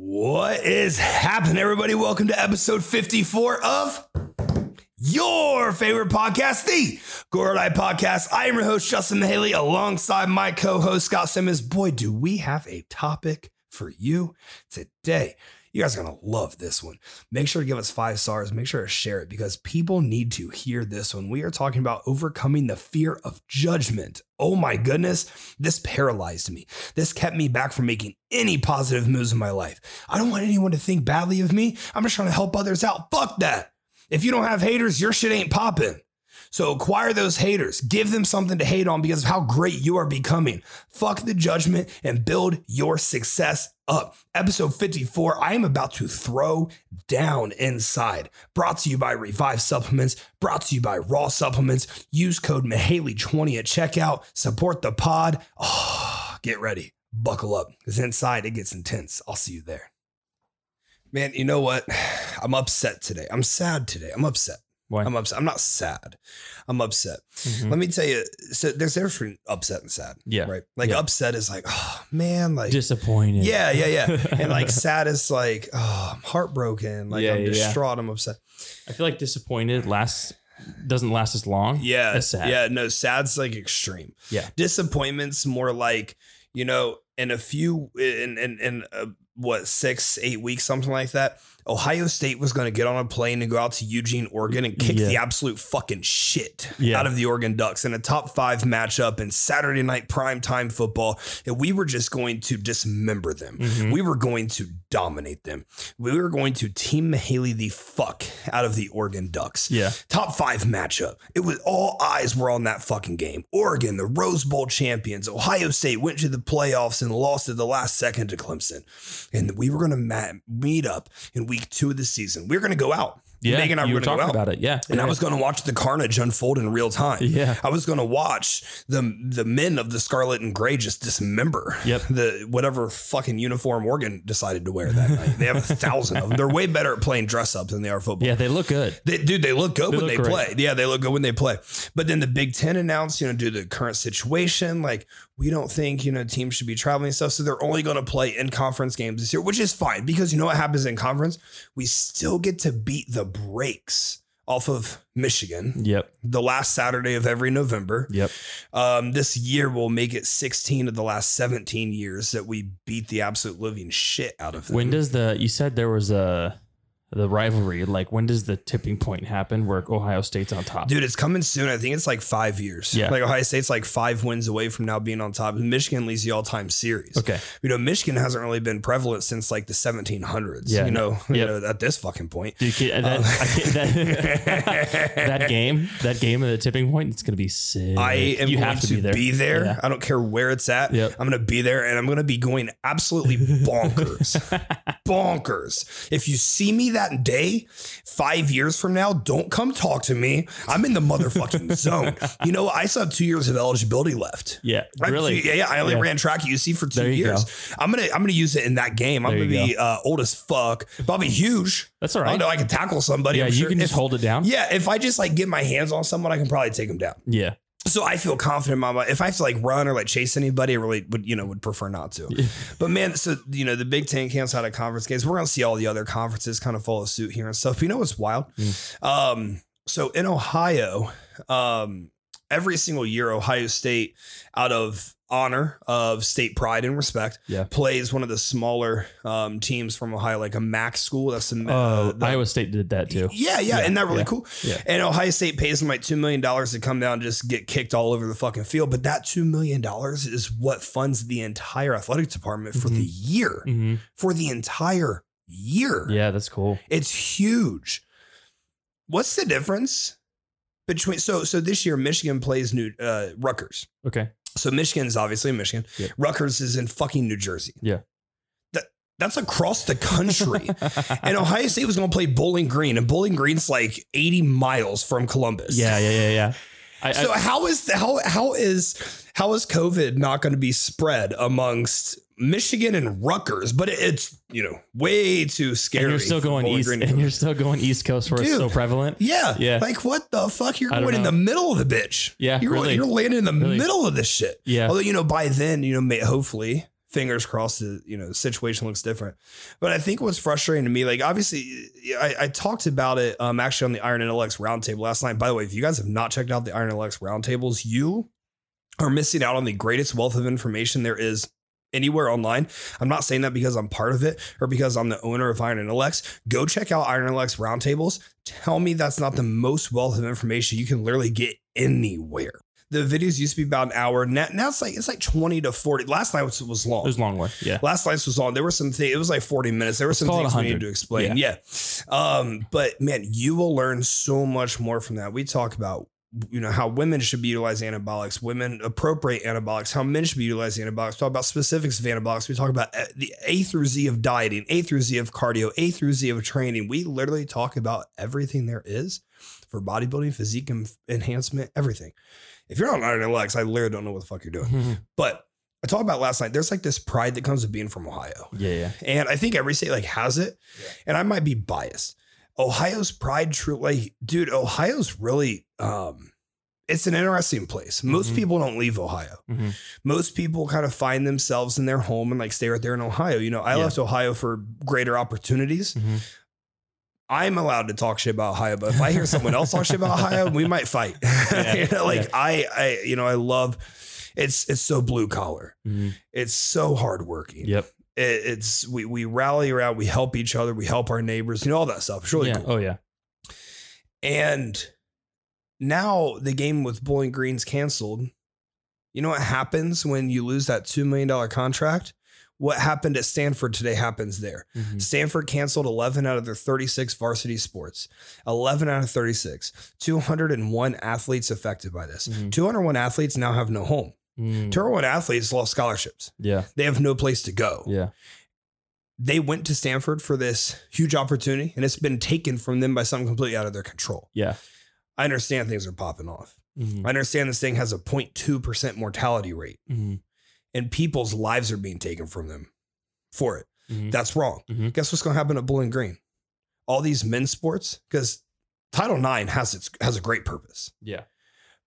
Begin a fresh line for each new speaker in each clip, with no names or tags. What is happening, everybody? Welcome to episode 54 of your favorite podcast, the Gordo Eye Podcast. I am your host, Justin Haley, alongside my co host, Scott Simmons. Boy, do we have a topic for you today. You guys are going to love this one. Make sure to give us five stars. Make sure to share it because people need to hear this one. We are talking about overcoming the fear of judgment. Oh my goodness, this paralyzed me. This kept me back from making any positive moves in my life. I don't want anyone to think badly of me. I'm just trying to help others out. Fuck that. If you don't have haters, your shit ain't popping. So acquire those haters, give them something to hate on because of how great you are becoming. Fuck the judgment and build your success up. Episode 54, I am about to throw down inside. Brought to you by Revive Supplements, brought to you by Raw Supplements. Use code Mahaley20 at checkout. Support the pod. Oh, get ready. Buckle up because inside it gets intense. I'll see you there. Man, you know what? I'm upset today. I'm sad today. I'm upset.
Why?
I'm upset. I'm not sad. I'm upset.
Mhm.
Let me tell you. So there's a difference between upset and sad,
Yeah.
right? Like
Yeah.
upset is like, oh man, like
Disappointed.
yeah, yeah, yeah, and like sad is like, oh, I'm heartbroken. Like
Yeah,
I'm
yeah, yeah.
distraught. I'm upset.
I feel like disappointed lasts doesn't last as long.
Yeah,
as sad.
yeah. No, sad's like extreme.
Yeah.
disappointments more like you know in a few in in in uh, what six eight weeks something like that. Ohio State was going to get on a plane and go out to Eugene, Oregon, and kick
Yeah.
the absolute fucking shit
Yeah.
out of the Oregon Ducks in a top five matchup in Saturday night primetime football, and we were just going to dismember them.
Mhm.
We were going to dominate them. We were going to team Haley the fuck out of the Oregon Ducks
Yeah.
top five matchup. It was all eyes were on that fucking game. Oregon, the Rose Bowl champions, Ohio State went to the playoffs and lost at the last second to Clemson. And we were going to ma- meet up in week two of the season. We were going to go out.
Yeah.
Megan and I
you
were
were
going to
talking
go out.
about it. Yeah.
And
yeah.
I was going to watch the carnage unfold in real time.
Yeah.
I was going to watch the the men of the Scarlet and Gray just dismember
Yep.
the whatever fucking uniform Oregon decided to wear that night. They have a thousand of them. They're way better at playing dress up than they are football.
Yeah. They look good.
They, dude, they look good
They
when they
look great.
play. Yeah, they look good when they play. But then the Big Ten announced, you know, due to the current situation, like we don't think you know teams should be traveling and stuff. So they're only going to play in conference games this year, which is fine because you know what happens in conference, we still get to beat the breaks off of Michigan
Yep.
the last Saturday of every November.
Yep.
Um, this year will make it 16 of the last 17 years that we beat the absolute living shit out of them.
When does the you said there was a the rivalry like when does the tipping point happen where Ohio State's on top?
Dude, it's coming soon. I think it's like five years.
Yeah.
Like Ohio State's like five wins away from now being on top. Michigan leads the all time series.
Okay.
You know, Michigan hasn't really been prevalent since like the 1700s.
Yeah.
You know, you
Yep.
know at this fucking point. Uh,
Dude, kid, that, I kid- that, that game, that game of the tipping point, it's gonna be sick.
I am
you
going
have to, be there. Yeah.
I don't care where it's at.
Yep.
I'm going to be there and I'm going to be going absolutely bonkers. bonkers. If you see me that day, five years from now, don't come talk to me. I'm in the motherfucking zone. You know, I still have two years of eligibility left.
Yeah,
Right?
really.
Yeah, yeah. I only
Yeah.
ran track at UC for two
There you
years. I'm gonna I'm gonna use it in that game. I'm
There
gonna
you
be uh, old as fuck, but I'll be huge.
That's all
I
right.
know I can tackle somebody.
yeah,
I'm
you
sure.
can just
If-
hold it down.
Yeah, if I just like get my hands on someone, I can probably take them down.
yeah.
So I feel confident, Mama. If I have to like run or like chase anybody, I really would you know would prefer not to. But man, so you know the Big Ten camps out of conference games. We're gonna see all the other conferences kind of follow suit here and stuff. But you know what's wild? Um, so in Ohio, um, every single year, Ohio State, out of honor of state pride and respect,
Yeah.
plays one of the smaller um, teams from Ohio, like a MAC school. That's the,
Oh,
uh, the
Iowa State did that too.
yeah, yeah,
Yeah,
isn't that really
yeah,
cool?
yeah.
And Ohio State pays them like two million dollars to come down and just get kicked all over the fucking field. But that two million dollars is what funds the entire athletic department
Mm-hmm.
for the year.
Mhm.
For the entire year.
Yeah, that's cool.
It's huge. What's the difference between so so this year Michigan plays new uh Rutgers.
Okay.
So Michigan's obviously in Michigan.
Yeah.
Rutgers is in fucking New Jersey.
Yeah.
That that's across the country. And Ohio State was going to play Bowling Green, and Bowling Green's like 80 miles from Columbus.
yeah, yeah, yeah, yeah. I,
So
I,
how is the, how how is how is COVID not going to be spread amongst Michigan and Rutgers? But it, it's you know way too scary.
and you're still
for
going
Bowling
east,
Green to
and
come.
you're still going east coast where it's
Dude.
so prevalent.
yeah,
Yeah.
Like what the fuck? You're
I don't
going in
know.
the middle of the bitch.
Yeah,
you're
really.
you're landing in the
Really.
middle of this shit.
Yeah.
Although you know by then you know may, hopefully fingers crossed that you know the situation looks different. But I think what's frustrating to me, like obviously, I, I talked about it um actually on the Iron NLX roundtable last night. By the way, if you guys have not checked out the Iron NLX roundtables, you are missing out on the greatest wealth of information there is anywhere online. I'm not saying that because I'm part of it or because I'm the owner of Iron NLX. Go check out Iron NLX roundtables. Tell me that's not the most wealth of information you can literally get anywhere. The videos used to be about an hour. Now, now it's like it's like 20 to 40. Last night was, was long.
It was a long way. Yeah.
Last night's was on. There were some things. It was like 40 minutes. There were some
call it
things we
100.
needed to explain. Yeah. Um, but man, you will learn so much more from that. We talk about you know how women should be utilizing anabolics, women appropriate anabolics, how men should be utilizing anabolics. We talk about specifics of anabolics. We talk about uh, the A through Z of dieting, A through Z of cardio, A through Z of training. We literally talk about everything there is for bodybuilding, physique en- enhancement, everything. If you're not on Iron Alex, I literally don't know what the fuck you're doing.
yeah,
But I talked about last night. There's like this pride that comes with being from Ohio,
yeah.
and I think every state like has it. And I might be biased. Ohio's pride, true, like, dude, Ohio's really, um, it's an interesting place. Most
Mhm.
people don't leave Ohio.
Mhm.
Most people kind of find themselves in their home and like stay right there in Ohio. You know, I
Yeah.
left Ohio for greater opportunities.
Mhm.
I'm allowed to talk shit about Ohio, but if I hear someone else talk shit about Ohio, we might fight.
Yeah,
You know, like
yeah.
I, I, you know, I love. It's it's so blue collar.
Mhm.
It's so hardworking.
Yep.
It, it's we we rally around. We help each other. We help our neighbors. You know all that stuff. It's really
yeah.
cool.
Oh yeah.
And now the game with Bowling Green's canceled. You know what happens when you lose that $2 million contract? What happened at Stanford today happens there.
Mhm.
Stanford canceled 11 out of their 36 varsity sports. 11 out of 36. 201 athletes affected by this.
Mhm.
201 athletes now have no home.
Mm.
201 athletes lost scholarships.
Yeah.
They have no place to go
Yeah.
they went to Stanford for this huge opportunity and it's been taken from them by something completely out of their control.
Yeah.
I understand things are popping off.
Mhm.
I understand this thing has a 0.2% mortality rate
Mhm.
and people's lives are being taken from them for it.
Mhm.
That's wrong.
Mhm.
Guess what's going to happen at Bowling Green? All these men's sports, because Title IX has its has a great purpose,
Yeah.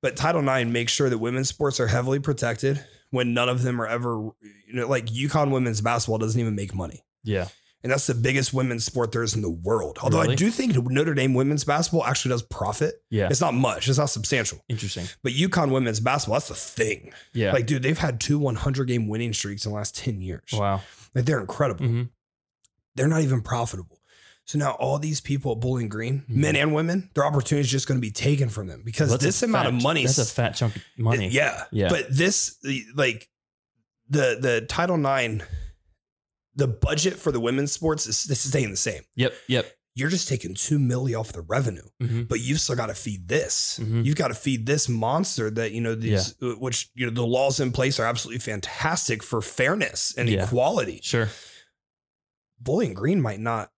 but Title IX makes sure that women's sports are heavily protected when none of them are ever, you know, like UConn women's basketball doesn't even make money.
Yeah.
And that's the biggest women's sport there is in the world. Although I
Really?
do think Notre Dame women's basketball actually does profit.
Yeah.
It's not much, it's not substantial.
Interesting.
But UConn women's basketball, that's the thing.
Yeah.
Like, dude, they've had two 100 game winning streaks in the last 10 years.
wow.
Like, they're incredible.
hmm
They're not even profitable. So now all these people at Bowling Green,
Mhm.
men and women, their opportunity is just going to be taken from them because this amount of money
That's a fat chunk of money.
Yeah.
Yeah.
But this the- like the the Title IX, the budget for the women's sports is this is staying the same.
Yep. Yep.
You're just taking two milli off the revenue,
hmm
but you've still got to feed this.
Mhm.
You've got to feed this monster that you know these uh, which you know the laws in place are absolutely fantastic for fairness and
Yeah.
equality.
Sure.
Bowling Green might not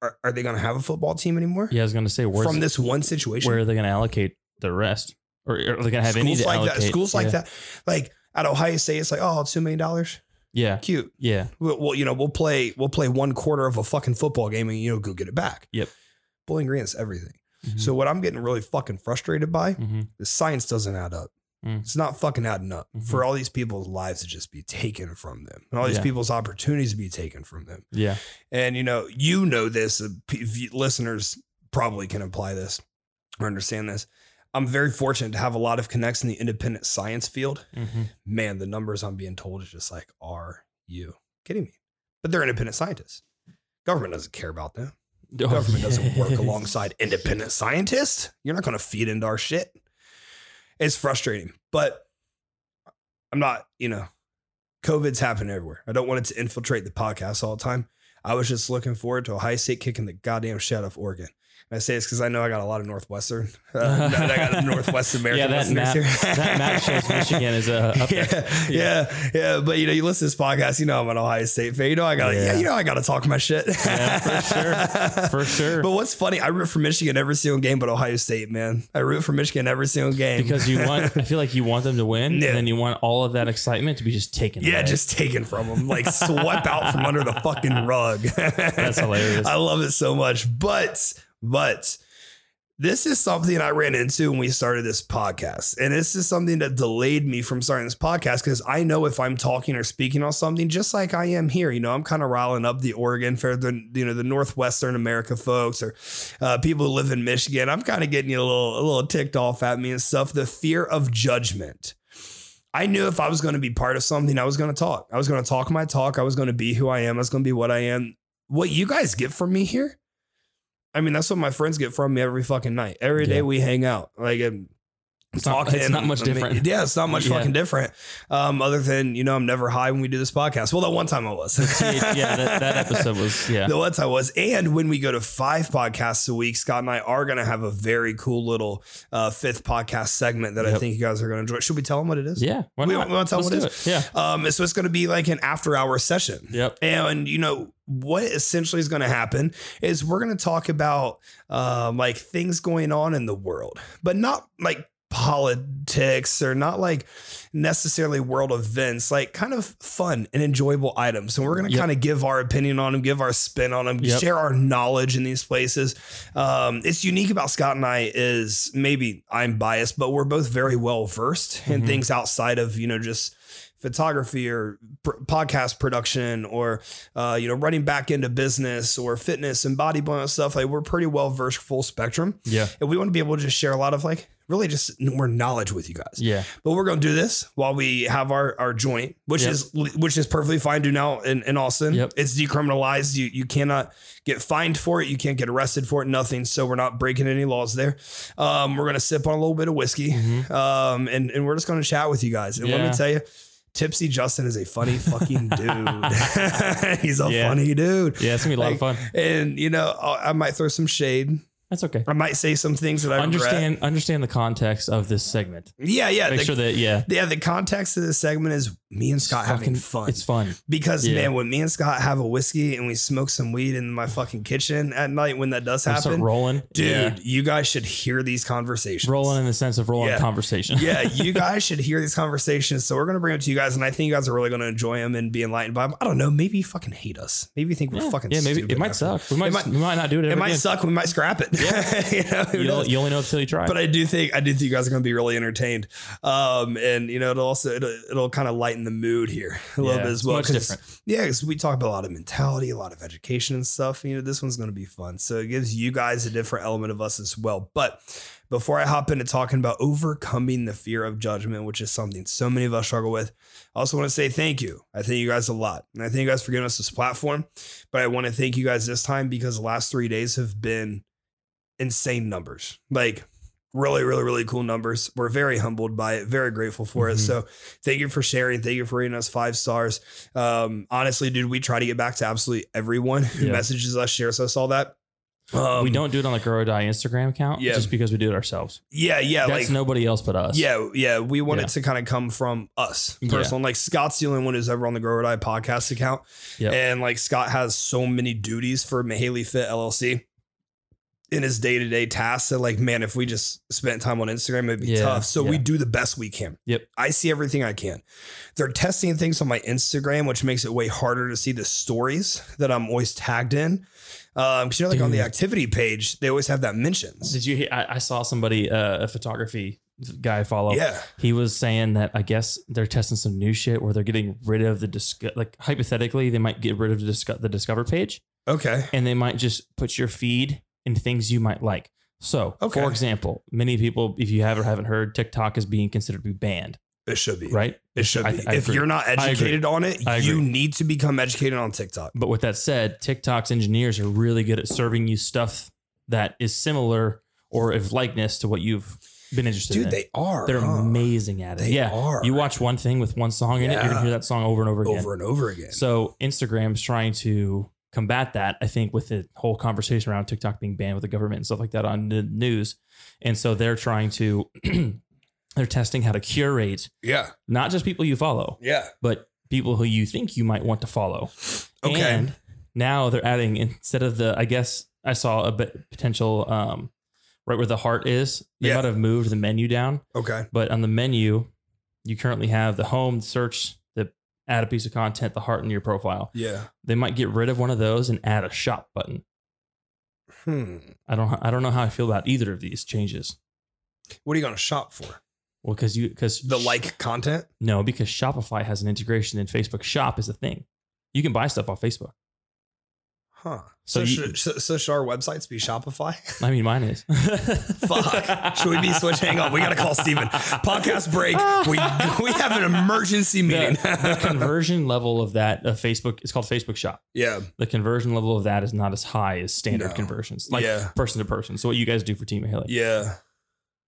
are, are they gonna have a football team anymore?
Yeah. I was gonna say where's
From this one situation.
where are they gonna allocate the rest, or are they gonna have any
schools
to
like
allocate?
that schools like
yeah.
that. Like at Ohio State, it's like, oh, two million dollars.
Yeah.
Cute.
Yeah.
Well, well, you know, we'll play we'll play one quarter of a fucking football game and you know go get it back.
Yep.
Bowling Green is everything.
Mhm.
So what I'm getting really fucking frustrated by
Mhm.
the science doesn't add up.
Mm.
It's not fucking adding up
Mhm.
for all these people's lives to just be taken from them, and all these
Yeah.
people's opportunities to be taken from them.
Yeah.
And you know, you know this. uh, p- if you- Listeners probably can apply this or understand this. I'm very fortunate to have a lot of connects in the independent science field
hmm
man, the numbers I'm being told is just like, are you kidding me? But they're independent scientists. Government doesn't care about them. Government doesn't work alongside independent scientists. You're not going to feed into our shit. It's frustrating, but I'm not, you know, COVID's happening everywhere. I don't want it to infiltrate the podcast all the time. I was just looking forward to Ohio State kicking the goddamn shit out of Oregon. And I say this because I know I got a lot of Northwestern. Uh, I got a Northwest American.
yeah, that
listeners
map,
here.
that map shows Michigan is uh, up there.
yeah,
Yeah.
yeah, yeah. But you know, you listen to this podcast, you know I'm an Ohio State fan. You know I gotta yeah,
Yeah.
you know I gotta talk my shit.
Yeah, for
sure.
for sure.
But what's funny, I root for Michigan every single game but Ohio State, man. I root for Michigan every single game.
because you want, I feel like you want them to win,
Yeah.
and then you want all of that excitement to be just taken.
Yeah,
away.
just taken from them, like swept out from under the fucking rug.
that's hilarious.
I love it so much. But but This is something I ran into when we started this podcast. And this is something that delayed me from starting this podcast because I know if I'm talking or speaking on something, just like I am here, you know, I'm kind of riling up the Oregon fair, the, you know, the Northwestern America folks or uh, people who live in Michigan. I'm kind of getting you a little, a little ticked off at me and stuff. The fear of judgment. I knew if I was going to be part of something, I was going to talk. I was going to talk my talk. I was going to be who I am. I was going to be what I am. What you guys get from me here, I mean, that's what my friends get from me every fucking night. Every day
Yeah.
we hang out. Like, um,
It's not-
talking.
it's not much
I mean,
different.
yeah, it's not much
Yeah.
fucking different. Um, other than, you know, I'm never high when we do this podcast. Well, that one time I was.
yeah, that, that episode was yeah.
The once I was. And when we go to five podcasts a week, Scott and I are going to have a very cool little uh, fifth podcast segment that I
Yep.
think you guys are going to enjoy. Should we tell them what it is?
Yeah, why
We
not?
won't- we won't tell
Let's
them what
do
it
it. Yeah.
Um, so it's going to be like an after hour session.
Yep.
And you know what essentially is going to happen is we're going to talk about um, like things going on in the world, but not like politics or not like necessarily world events, like kind of fun and enjoyable items. And we're going to
Yep.
kind of give our opinion on them, give our spin on them,
Yep.
share our knowledge in these places. Um, it's unique about Scott and I is maybe I'm biased, but we're both very well versed in
Mhm.
things outside of, you know, just photography or pr- podcast production or uh, you know running back into business or fitness and bodybuilding and stuff like we're pretty well versed full spectrum
Yeah.
and we want to be able to just share a lot of like really just more knowledge with you guys
Yeah.
but we're going to do this while we have our our joint which
Yep.
is which is perfectly fine to do now in, in austin
Yep.
it's decriminalized you you cannot get fined for it you can't get arrested for it nothing so we're not breaking any laws there um, we're going to sip on a little bit of whiskey
Mhm.
um, and, and we're just going to chat with you guys. And let
Yeah.
me tell you, Tipsy Justin is a funny fucking dude. He's a
Yeah.
funny dude.
Yeah, it's gonna be a lot of fun.
And, you know, I I might throw some shade.
That's okay.
I might say some things that I regret.
Understand understand the context of this segment.
Yeah, yeah.
Make
the-
sure that yeah.
yeah, the context of this segment is me and Scott having
Fucking-
fun.
It's fun.
Because
Yeah.
man, when me and Scott have a whiskey and we smoke some weed in my fucking kitchen at night when that does
When you start
happen,
rolling,
dude,
yeah.
you guys should hear these conversations.
rolling in the sense of rolling
Yeah.
conversation.
yeah, you guys should hear these conversations. So we're gonna bring them to you guys, and I think you guys are really gonna enjoy them and be enlightened by them. I don't know. Maybe you fucking hate us. Maybe you think we're
yeah.
fucking.
yeah, maybe
stupid
it might
after.
suck. We might,
It might-
we might not do it. Ever
It might
again.
suck. We might scrap it. you know, who
You'll,
knows?
you only know until you try.
but I do think I do think you guys are going to be really entertained, um, and you know it'll also it'll, it'll kind of lighten the mood here a little
Yeah,
bit as
it's
well.
much
'cause-
different.
Yeah, because we talk about a lot of mentality, a lot of education and stuff. You know, this one's going to be fun, so it gives you guys a different element of us as well. But before I hop into talking about overcoming the fear of judgment, which is something so many of us struggle with, I also want to say thank you. I thank you guys a lot, and I thank you guys for giving us this platform. But I want to thank you guys this time because the last three days have been insane numbers. Like really, really, really cool numbers. We're very humbled by it, very grateful for it.
Mhm.
So thank you for sharing. Thank you for rating us five stars. Um, honestly, dude, we try to get back to absolutely everyone who
Yeah.
messages us, shares us, all that. Um,
we don't do it on the Grow or Die Instagram account
Yeah.
just because we do it ourselves.
Yeah, yeah,
That's
like.
nobody else but us.
yeah, yeah. We want
Yeah.
it to kind of come from us
Yeah.
personal. Like Scott's the only one who's ever on the Grow or Die podcast account.
Yep.
And like Scott has so many duties for Mahaley Fit LLC in his day to day tasks. that like, man, if we just spent time on Instagram, it'd be
Yeah,
tough. So we
yeah.
do the best we can.
Yep.
I see everything I can. They're testing things on my Instagram, which makes it way harder to see the stories that I'm always tagged in. Um, 'cause you know, like on the
Dude.
activity page, they always have that mentions.
Did you? hear- I, I saw somebody, uh, a photography guy, I follow.
Yeah.
He was saying that I guess they're testing some new shit where they're getting rid of the disco- like hypothetically they might get rid of the, disco- the discover page
Okay.
and they might just put your feed in things you might like. So,
Okay.
for example, many people, if you have or haven't heard, TikTok is being considered to be banned,
It should be.
right?
It should
I-
be.
I
if
agree.
you're not
agree.
educated on it,
I
you
agree.
need to become educated on TikTok.
But with that said, TikTok's engineers are really good at serving you stuff that is similar or of likeness to what you've been interested
Dude,
in.
they are.
They're
huh?
amazing at it.
They
yeah.
are.
You watch one thing with one song in it, you're
Yeah.
gonna hear that song over and over again.
over and over again.
So Instagram's trying to combat that, I think, with the whole conversation around TikTok being banned with the government and stuff like that on the news. And so they're trying to they're testing how to curate
yeah.
not just people you follow,
Yeah.
but people who you think you might want to follow.
Okay.
And now they're adding instead of the I guess I saw a bit potential um right where the heart is, they
Yeah.
might have moved the menu down,
Okay.
but on the menu you currently have the home, the search, the add a piece of content, the heart in your profile
Yeah.
they might get rid of one of those and add a shop button.
Hmm.
I don't I don't know how I feel about either of these changes.
What are you going to shop for?
Well, because you because
The like content?
no because Shopify has an integration and Facebook Shop is a thing. You can buy stuff off Facebook.
Huh. So,
So you-
should, so, so should our websites be Shopify?
I mean, mine is.
Fuck. Should we be switch? Hang on. We got to call Steven. Podcast break. We, we have an emergency meeting.
The conversion level of that of Facebook it's called Facebook Shop.
yeah.
The conversion level of that is not as high as standard
No.
conversions, like
Yeah.
person to person. So what you guys do for Team Haley?
Yeah.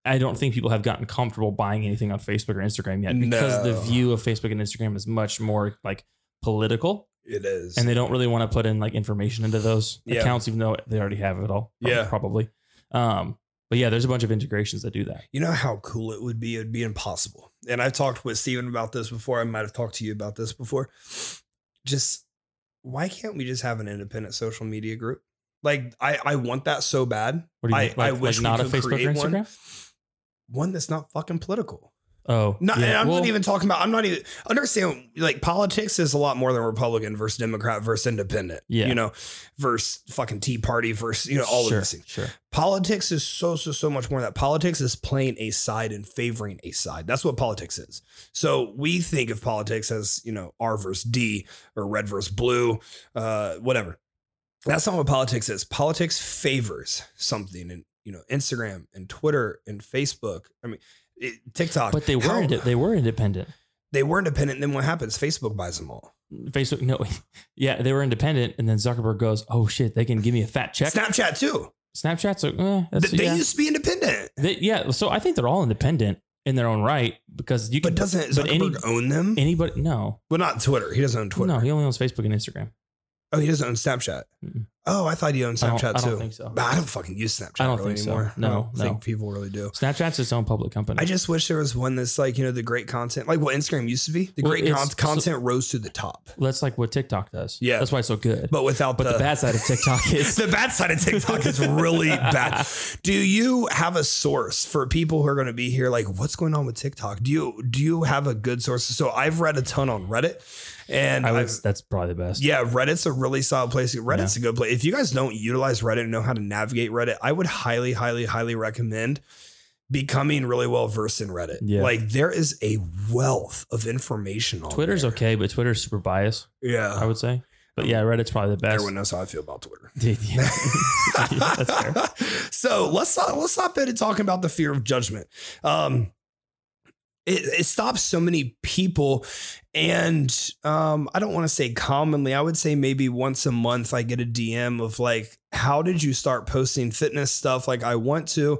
I don't think people have gotten comfortable buying anything on Facebook or Instagram yet because
No.
the view of Facebook and Instagram is much more like political,
It is.
and they don't really want to put in like information into those
Yeah.
accounts, even though they already have it all.
Yeah.
probably. Um, but yeah, there's a bunch of integrations that do that.
You know how cool it would be? It'd be impossible. And I've talked with Steven about this before. I might have talked to you about this before. Just why can't we just have an independent social media group? Like I, I want that so bad.
What do you
I,
think? Like,
I wish
like not
we
a
could
Facebook or
create
Instagram?
one. One that's not fucking political.
Oh,
No, and
yeah.
I'm
Well,
not even talking about. I'm not even understand. Like politics is a lot more than Republican versus Democrat versus Independent.
Yeah.
you know, versus fucking Tea Party versus you know all
sure,
of these things.
Sure.
Politics is so so so much more than that. Politics is playing a side and favoring a side. That's what politics is. So we think of politics as you know R versus D or red versus blue, uh, whatever. That's not what politics is. Politics favors something, and you know Instagram and Twitter and Facebook. I mean. It, TikTok,
But they were
How-
inde- they were independent.
they were independent. And then what happens? Facebook buys them all.
Facebook, no, yeah, they were independent, and then Zuckerberg goes, "Oh shit, they can give me a fat check."
Snapchat too.
Snapchat's like, eh, that's,
Th- they
yeah.
used to be independent,
They- yeah, so I think they're all independent in their own right because you can.
but doesn't
but
Zuckerberg
any-
own them?
anybody? No,
well, not Twitter. He doesn't own Twitter.
no, he only owns Facebook and Instagram.
oh, he doesn't own Snapchat.
Mm-mm.
Oh, I thought he owned
I don't-
Snapchat
I don't
too.
think so.
But I don't fucking use Snapchat
I don't
really
think so.
anymore.
No,
I don't
no.
think people really do.
Snapchat's its own public company.
I just wish there was one that's like you know the great content, like what Instagram used to be. The
Well,
great
it's-
con-
so-
content rose to the top,
that's like what TikTok does.
Yeah.
that's why it's so good. But,
but uh, without
the, bad side of TikTok is
the bad side of TikTok is really bad. Do you have a source for people who are going to be here? Like, what's going on with TikTok? Do you do you have a good source? So I've read a ton on Reddit, and
I would,
I've-
that's probably the best.
yeah, Reddit's a really solid place. Reddit's a good place. If you guys don't utilize Reddit and know how to navigate Reddit, I would highly, highly, highly recommend becoming really well versed in Reddit.
Yeah.
Like there is a wealth of information on
Twitter's
there.
okay, but Twitter's super biased. I
Yeah.
would say. But yeah, Reddit's probably the best.
Everyone knows how I feel about Twitter.
Dude, yeah. Yeah, that's fair.
so let's not let's stop into talking about the fear of judgment. Um, it, it stops so many people, and um, I don't want to say commonly. I would say maybe once a month I get a DM of like, "How did you start posting fitness stuff?" Like I want to,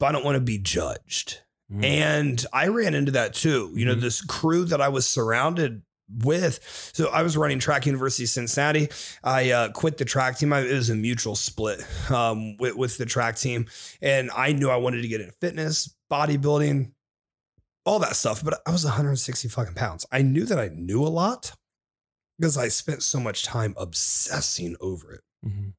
but I don't want to be judged.
Mm.
And I ran into that too. You know,
Mhm.
this crew that I was surrounded with. So I was running track University of Cincinnati. I uh, quit the track team. I, it was a mutual split um, with, with the track team. And I knew I wanted to get into fitness, bodybuilding, all that stuff. But I was 160 fucking pounds. I knew that I knew a lot because I spent so much time obsessing over it.
Mhm.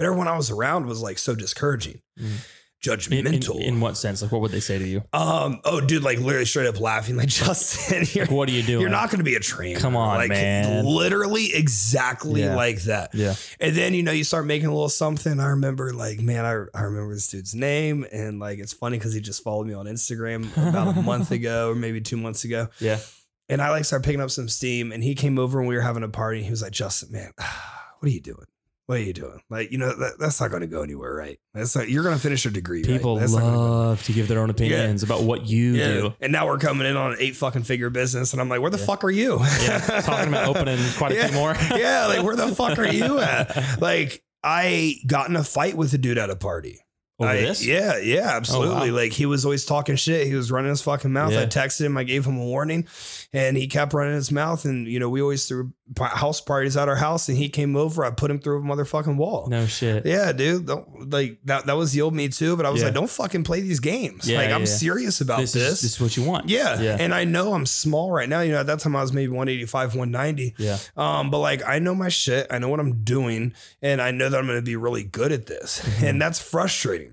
But everyone I was around was like so discouraging,
Mhm. In, in,
judgmental.
in what sense? Like, what would they say to you?
Um. Oh, dude, like literally straight up laughing, like Justin, you're
Like, what are you doing?
you're not going to be a trainer.
Come on,
like,
man.
Literally, exactly
Yeah.
like that.
Yeah.
And then you know you start making a little something. I remember, like, man, I I remember this dude's name, and like it's funny because he just followed me on Instagram about a month ago or maybe two months ago.
Yeah.
And I like started picking up some steam, and he came over and we were having a party. And he was like, Justin, man, what are you doing? What are you doing? Like, you know, that, that's not going to go anywhere, right? That's not, you're going to finish your degree. right?
People
That's not gonna go
love to give their own opinions about what you do.
and now we're coming in on an eight fucking figure business, and I'm like, where the
Yeah.
fuck are you?
Yeah, talking about opening quite a
Yeah.
few more.
yeah, like where the fuck are you at? Like, I got in a fight with a dude at a party.
Over
I-
this?
Yeah, yeah, absolutely.
Oh,
Like he was always talking shit. He was running his fucking mouth. I
Yeah.
texted him. I gave him a warning, and he kept running his mouth. And you know, we always threw pa- house parties at our house, and he came over. I put him through a motherfucking wall.
No shit.
Yeah, dude. Don't, like that. That was the old me too. But I was
Yeah.
like, don't fucking play these games.
Yeah,
like
yeah,
I'm
yeah.
serious about
This, Is, this is what you want.
yeah.
Yeah.
And I know I'm small right now. You know, at that time I was maybe 185, 190.
Yeah.
Um, but like I know my shit, I know what I'm doing, and I know that I'm gonna be really good at this.
Mhm.
And that's frustrating.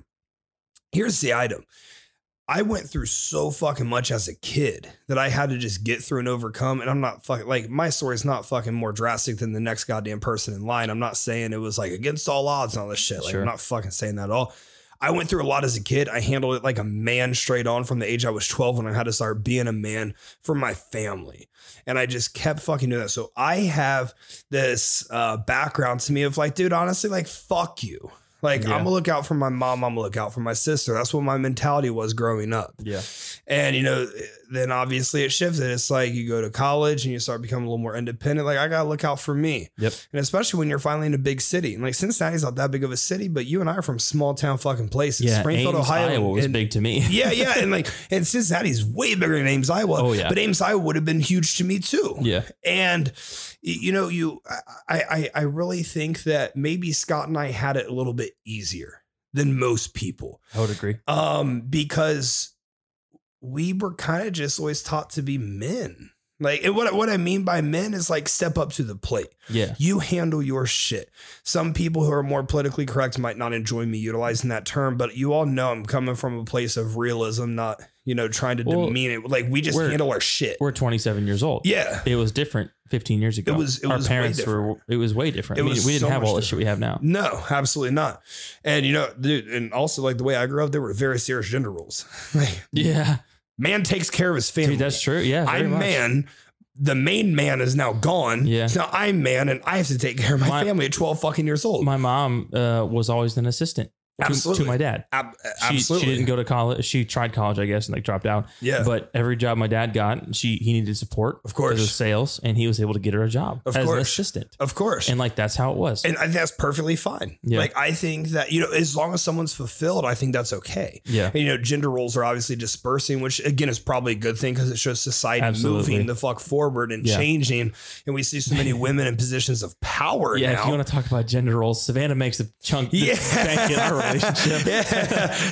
Here's the item. I went through so fucking much as a kid that I had to just get through and overcome. And I'm not fucking like my story's not fucking more drastic than the next goddamn person in line. I'm not saying it was like against all odds and all this shit. Like,
Sure.
I'm not fucking saying that at all. I went through a lot as a kid. I handled it like a man straight on from the age I was 12 when I had to start being a man for my family. And I just kept fucking doing that. So I have this uh, background to me of like, dude, honestly, like, fuck you. Like,
Yeah.
I'm gonna look out for my mom, I'm gonna look out for my sister. That's what my mentality was growing up.
Yeah.
And you know, then obviously it shifted. It's like you go to college and you start becoming a little more independent. Like I gotta look out for me.
Yep.
And especially when you're finally in a big city. And like Cincinnati's not that big of a city, but you and I are from small town fucking places.
Yeah.
Springfield,
Ames,
Ohio.
Iowa was
and-
big to me.
yeah, yeah. And like and Cincinnati's way bigger than Ames, Iowa.
Oh, yeah.
But Ames, Iowa would have been huge to me too
Yeah.
and y- you know you I, I i really think that maybe scott and i had it a little bit easier than most people
I would agree.
um because we were kind of just always taught to be men like and what, what i mean by men is like step up to the plate
Yeah.
you handle your shit. Some people who are more politically correct might not enjoy me utilizing that term, but you all know I'm coming from a place of realism, not, you know, trying to
Well,
demean it. Like we just
we're-
handle our shit.
We're 27 years old.
Yeah.
It was different 15 years ago.
was- it
Our
was way
parents were. It was way different.
It
I mean,
was
we didn't
so
have all
much
the shit we have now.
No, absolutely not. And you know, dude, and also like the way I grew up, there were very serious gender rules. Like,
Yeah.
man takes care of his family.
Dude, that's true. Yeah. very
I'm
much.
man. The main man is now gone.
Yeah.
So now I'm man, and I have to take care of my,
My-
family at 12 fucking years old.
My mom uh, was always an assistant to-
Absolutely.
to my dad.
Ab-
she,
absolutely.
she didn't go to college. She tried college, I guess, and like dropped out.
yeah.
But every job my dad got, she he needed support
Of course.
because of sales, and he was able to get her a job
Of
as an
course.
assistant.
of course.
And like that's how it was.
And I think that's perfectly fine.
Yeah.
Like I think that you know, as long as someone's fulfilled, I think that's okay.
yeah,
And, you know, gender roles are obviously dispersing, which again is probably a good thing because it shows society
Absolutely.
moving the fuck forward and
Yeah.
changing. And we see so many women in positions of power
yeah. If
now.
you want to talk about gender roles, Savannah makes a chunk.
yeah.
Yeah, in our relationship.
yeah.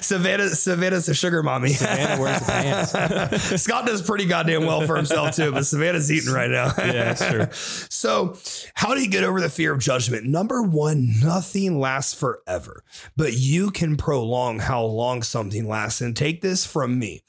Savannah, Savannah's a sugar mommy.
Savannah wears the pants.
Scott does pretty goddamn well for himself too, but Savannah's eating right now.
Yeah, that's true.
So, how do you get over the fear of judgment? Number one, nothing lasts forever, but you can prolong how long something lasts. And take this from me.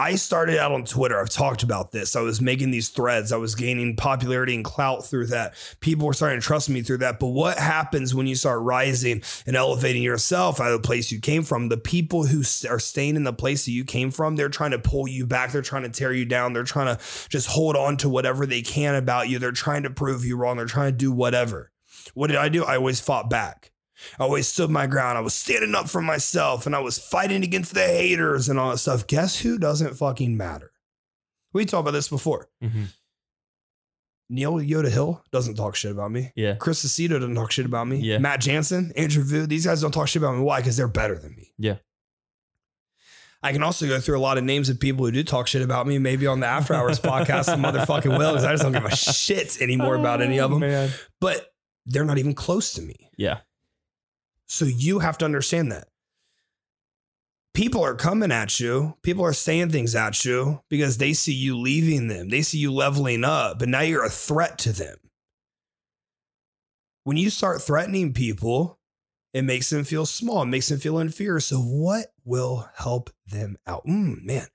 I started out on Twitter. I've talked about this. I was making these threads. I was gaining popularity and clout through that. People were starting to trust me through that. But what happens when you start rising and elevating yourself out of the place you came from? The people who s- are staying in the place that you came from, they're trying to pull you back. They're trying to tear you down. They're trying to just hold on to whatever they can about you. They're trying to prove you wrong. They're trying to do whatever. What did I do? I always fought back. I always stood my ground. I was standing up for myself and I was fighting against the haters and all that stuff. Guess who doesn't fucking matter? We talked about this before.
Mhm.
Neil Yoda Hill doesn't talk shit about me.
Yeah,
Chris Aceto doesn't talk shit about me.
Yeah.
Matt Jansen, Andrew Vu, these guys don't talk shit about me. Why? Because they're better than me.
Yeah.
I can also go through a lot of names of people who do talk shit about me, maybe on the After Hours podcast, the motherfucking will, because I just don't give a shit anymore about any of them.
Oh, Man.
But they're not even close to me.
Yeah,
So you have to understand that. People are coming at you. People are saying things at you because they see you leaving them. They see you leveling up, and now you're a threat to them. When you start threatening people, it makes them feel small. It makes them feel inferior. So, what will help them out? Mm, man,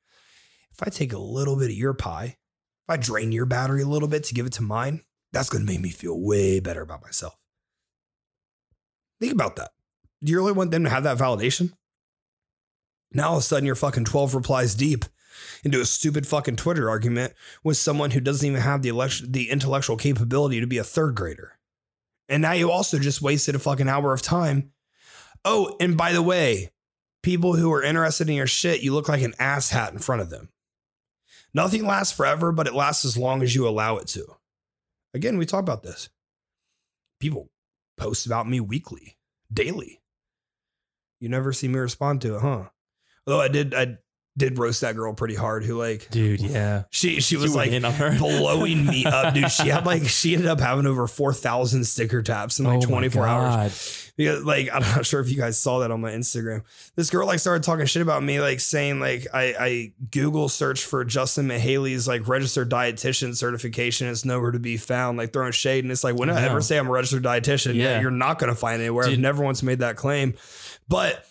if I take a little bit of your pie, if I drain your battery a little bit to give it to mine, that's going to make me feel way better about myself. Think about that. Do you really want them to have that validation? Now all of a sudden you're fucking 12 replies deep into a stupid fucking Twitter argument with someone who doesn't even have the elect- the intellectual capability to be a third grader. And now you also just wasted a fucking hour of time. Oh, and by the way, people who are interested in your shit, you look like an ass hat in front of them. Nothing lasts forever, but it lasts as long as you allow it to. Again, we talk about this. People post about me weekly, daily. You never see me respond to it, huh? Although I did, I did roast that girl pretty hard. Who like
dude. Yeah,
she she
You
was
went
like
in on her.
blowing me up, dude. She had like she ended up having over four thousand sticker taps in like
Oh my
24 hours.
God.
Because like I'm not sure if you guys saw that on my Instagram. This girl like started talking shit about me, like saying like I, I Google search for Justin Mahaley's like registered dietitian certification. It's nowhere to be found. Like throwing shade, and it's like when I
No.
ever say I'm a registered dietitian,
Yeah.
you're not gonna find it anywhere. I've
Dude.
never once made that claim, but.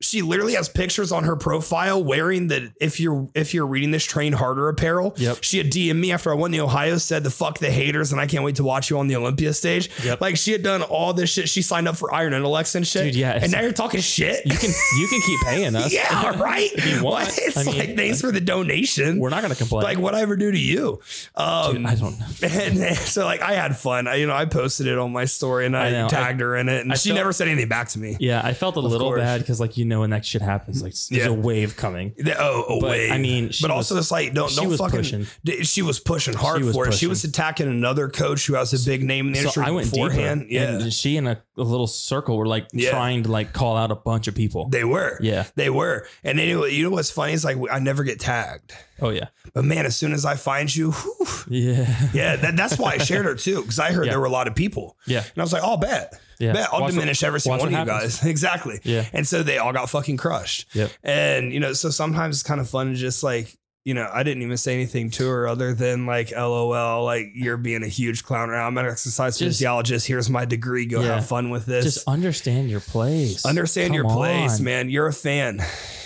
she literally has pictures on her profile wearing the if you're if you're reading this train harder apparel.
Yep.
She had DM'd me after I won the Ohio, said the fuck the haters, and I can't wait to watch you on the Olympia stage.
Yep.
Like she had done all this shit. She signed up for Iron Intellects and shit.
Dude, yeah,
And
it's-
now you're talking shit.
You can you can keep paying us.
yeah, right.
you want.
Like, it's
I mean, uh,
like thanks for the donation.
We're not gonna complain.
Like what I ever do to you. Um,
Dude, I don't know.
and and so like I had fun. I, you know, I posted it on my story and I,
I know.
tagged her in it, and
I
she
felt-
never said anything back to me.
Yeah, I felt a little
course.
bad because like you know when that shit happens, like there's
Yeah.
a wave coming.
The- Oh, oh
But,
wait.
I mean, she
but
was-
also it's like don't
she
don't
was
fucking.
pushing.
d- She was pushing hard
She was
for it. She
pushing.
was attacking another coach who has a big name in the
So
industry
I went
beforehand.
deeper,
Yeah,
and she and a, a little circle were like
Yeah.
trying to like call out a bunch of people.
they were.
yeah.
They were. And anyway, you know what's funny is like I never get tagged,
Oh yeah.
but man, as soon as I find you, whew,
Yeah.
yeah, that, that's why I shared her too because I heard
Yeah.
there were a lot of people.
Yeah.
And I was like, I'll bet.
Yeah.
Bet I'll
Watch what-
diminish every single
watch
one of
what
you
happens.
guys. exactly.
Yeah.
And so they all got fucking crushed.
Yep.
And, you know, so sometimes it's kind of fun to just like, you know, I didn't even say anything to her other than like, LOL, like you're being a huge clown. Right now. I'm an exercise
Just-
physiologist. Here's my degree. Go
Yeah.
have fun with this.
Just understand your place.
Understand your
Come
place,
on.
man. You're a fan.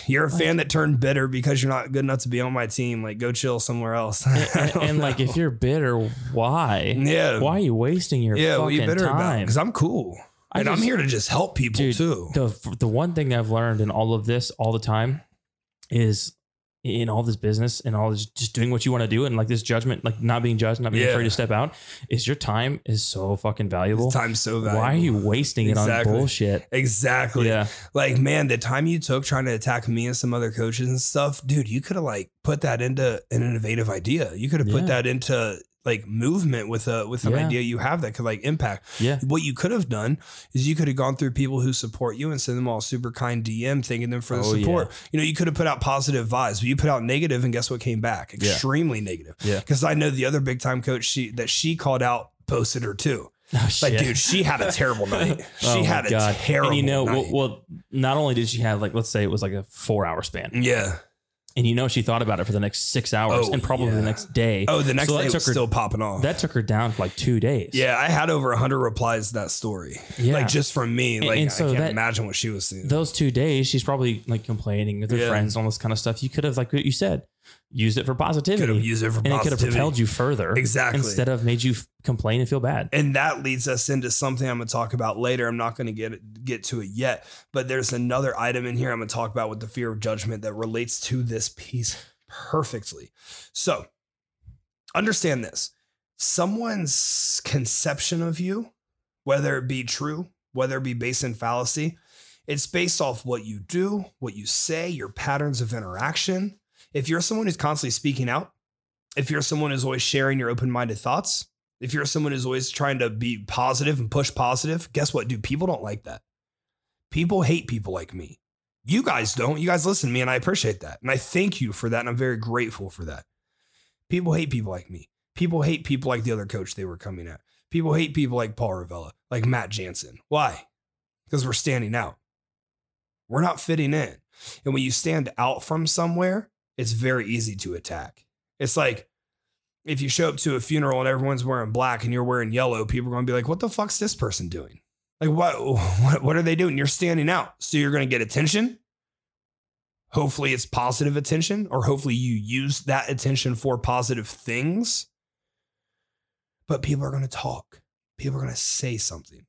You're a fan that turned bitter because you're not good enough to be on my team. Like, go chill somewhere else. I
And,
don't
and, like,
know.
if you're bitter, why?
yeah,
Why are you wasting your
yeah,
fucking
well, you bitter about
time?
because I'm cool
I
and I'm
just-
here to just help people
Dude,
too.
the the one thing I've learned in all of this, all the time, is in all this business and all this just doing what you want to do and like this judgment, like not being judged, not being
Yeah.
afraid to step out, is your time is so fucking valuable.
Time's so valuable.
Why are you wasting it
Exactly.
on bullshit?
Exactly.
Yeah,
Like, man, the time you took trying to attack me and some other coaches and stuff, dude, you could have like put that into an innovative idea. You could have put
Yeah.
that into like movement with a with an
Yeah.
idea you have that could like impact.
yeah,
What you could have done is you could have gone through people who support you and send them all super kind DM, thanking them for the
Oh, yeah.
support. You know, you could have put out positive vibes, but you put out negative, and guess what came back?
Yeah.
Extremely negative.
Yeah.
Because I know the other big time coach she that she called out posted her too.
Oh,
Like,
shit.
dude, she had a terrible night. She
Oh, my
had a
God.
terrible
And you know,
night.
well, well, not only did she have like, let's say it was like a four hour span,
yeah.
and you know, she thought about it for the next six hours
Oh,
and probably
yeah.
the next day.
Oh, the next
So that
day it
took
was
her-
still popping off.
That took her down for like two days.
yeah, I had over 100 replies to that story.
yeah.
Like, just from me. Like,
and so
I can't
that-
imagine what she was seeing.
those two days, she's probably like complaining with her
Yeah.
friends, all this kind of stuff. You could have, like what you said, used it for
could have
positivity,
used it for
and it could have
positivity.
propelled you further,
Exactly.
instead of made you f- complain and feel bad.
and that leads us into something I'm going to talk about later. I'm not going to get get to it yet, but there's another item in here I'm going to talk about with the fear of judgment that relates to this piece perfectly. So, understand this. Someone's conception of you, whether it be true, whether it be based in fallacy, it's based off what you do, what you say, your patterns of interaction. If you're someone who's constantly speaking out, if you're someone who's always sharing your open-minded thoughts, if you're someone who's always trying to be positive and push positive, guess what, dude? People don't like that. People hate people like me. You guys don't. You guys listen to me, and I appreciate that. And I thank you for that. And I'm very grateful for that. People hate people like me. People hate people like the other coach they were coming at. People hate people like Paul Ravella, like Matt Jansen. Why? Because we're standing out. We're not fitting in. And when you stand out from somewhere, it's very easy to attack. It's like, if you show up to a funeral and everyone's wearing black and you're wearing yellow, people are going to be like, "What the fuck's this person doing? Like, what, what, what are they doing? You're standing out, so you're going to get attention. Hopefully, it's positive attention, or hopefully, you use that attention for positive things. But people are going to talk. People are going to say something.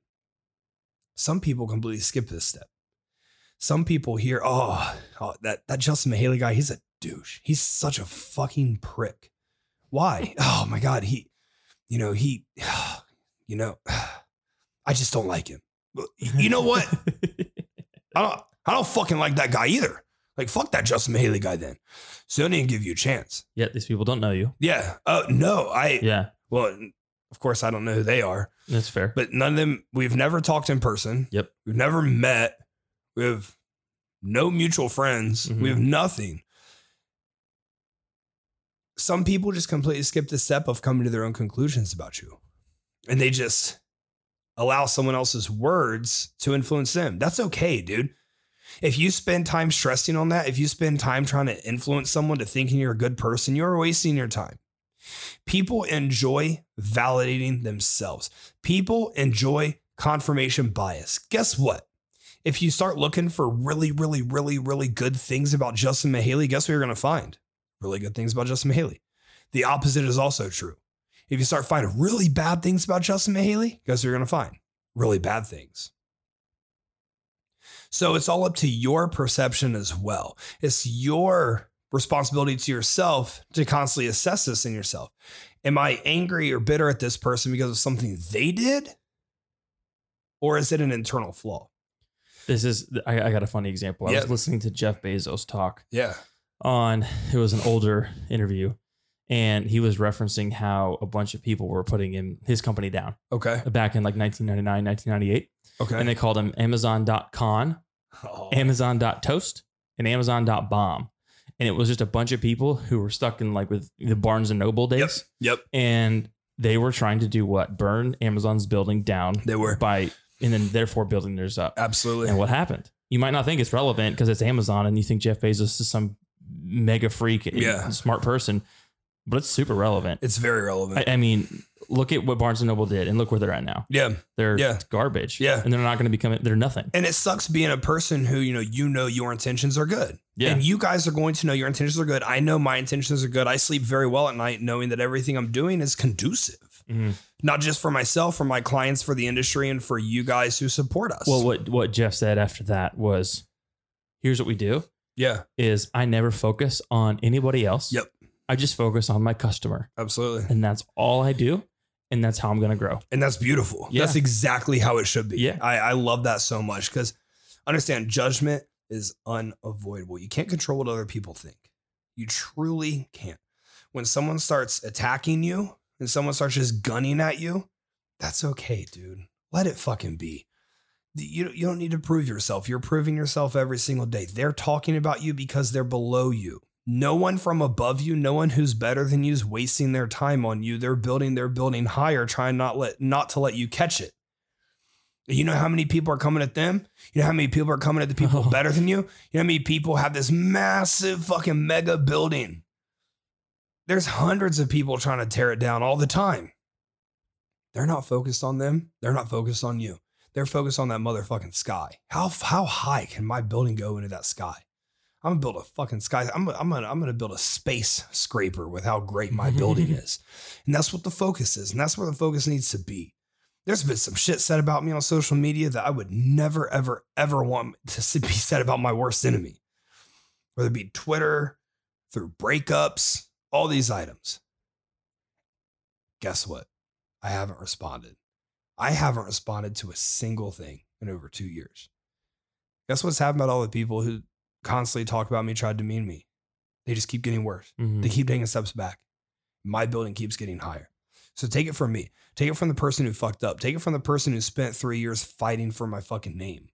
Some people completely skip this step. Some people hear, "Oh, oh that that Justin Mahaley guy, he's a douche. He's such a fucking prick." why? Oh my God, he, you know, he, you know, I just don't like him. You know what? I don't, I don't fucking like that guy either. Like, fuck that Justin Haley guy then. So I didn't give you a chance.
Yet these people don't know you.
Yeah. Oh, no, I,
Yeah,
well, of course, I don't know who they are,
that's fair.
but none of them, we've never talked in person.
Yep.
We've never met. We have no mutual friends. We have nothing. Some people just completely skip the step of coming to their own conclusions about you. And they just allow someone else's words to influence them. That's okay, dude. If you spend time stressing on that, if you spend time trying to influence someone to thinking you're a good person, you're wasting your time. People enjoy validating themselves. People enjoy confirmation bias. Guess what? if you start looking for really, really, really, really good things about Justin Mahaley, guess what you're going to find? Really good things about Justin Mahaley. The opposite is also true. If you start finding really bad things about Justin Mahaley, guess what you're going to find? Really bad things. So it's all up to your perception as well. It's your responsibility to yourself to constantly assess this in yourself. Am I angry or bitter at this person because of something they did? Or is it an internal flaw?
This is I, I got a funny example. I
Yeah.
was listening to Jeff Bezos talk
Yeah.
on it was an older interview, and he was referencing how a bunch of people were putting him his company down
Okay.
back in like 1999, 1998,
Okay.
and they called him Amazon.con,
Oh.
Amazon.toast, and Amazon.bomb. And it was just a bunch of people who were stuck in like with the Barnes and Noble days.
yep.
And they were trying to do what? Burn Amazon's building down
They were.
by and then therefore building theirs up.
Absolutely.
And what happened? You might not think it's relevant because it's Amazon and you think Jeff Bezos is some mega freak, and
Yeah.
smart person, but it's super relevant.
It's very relevant.
I, I mean, look at what Barnes and Noble did and look where they're at now.
yeah.
They're
Yeah.
garbage.
Yeah.
And they're not going to become, they're nothing.
And it sucks being a person who, you know, you know your intentions are good.
Yeah.
And you guys are going to know your intentions are good. I know my intentions are good. I sleep very well at night knowing that everything I'm doing is conducive,
Mhm.
not just for myself, for my clients, for the industry, and for you guys who support us.
Well, what, what Jeff said after that was here's what we do
yeah,
is I never focus on anybody else.
Yep.
I just focus on my customer.
absolutely.
and that's all I do, and that's how I'm gonna grow.
And that's beautiful.
Yeah.
That's exactly how it should be.
Yeah.
I, I love that so much because understand judgment is unavoidable. You can't control what other people think. You truly can't. When someone starts attacking you and someone starts just gunning at you, that's okay, dude. Let it fucking be. You, you don't need to prove yourself. You're proving yourself every single day. They're talking about you because they're below you. No one from above you, no one who's better than you is wasting their time on you. They're building, they're building higher, trying not let not to let you catch it. You know how many people are coming at them? You know how many people are coming at the people
Oh.
better than you? You know how many people have this massive fucking mega building? There's hundreds of people trying to tear it down all the time. They're not focused on them. They're not focused on you. They're focused on that motherfucking sky. How how high can my building go into that sky? I'm gonna build a fucking sky. I'm I'm gonna I'm gonna build a space scraper with how great my building is, and that's what the focus is, and that's where the focus needs to be. There's been some shit said about me on social media that I would never ever ever want to see- be said about my worst enemy, whether it be Twitter, through breakups, all these items. Guess what? I haven't responded. I haven't responded to a single thing in over two years. Guess what's happened about all the people who constantly talk about me, tried to demean me? They just keep getting worse.
Mm-hmm.
They
Hmm.
keep taking steps back. My building keeps getting higher. So take it from me. Take it from the person who fucked up. Take it from the person who spent three years fighting for my fucking name.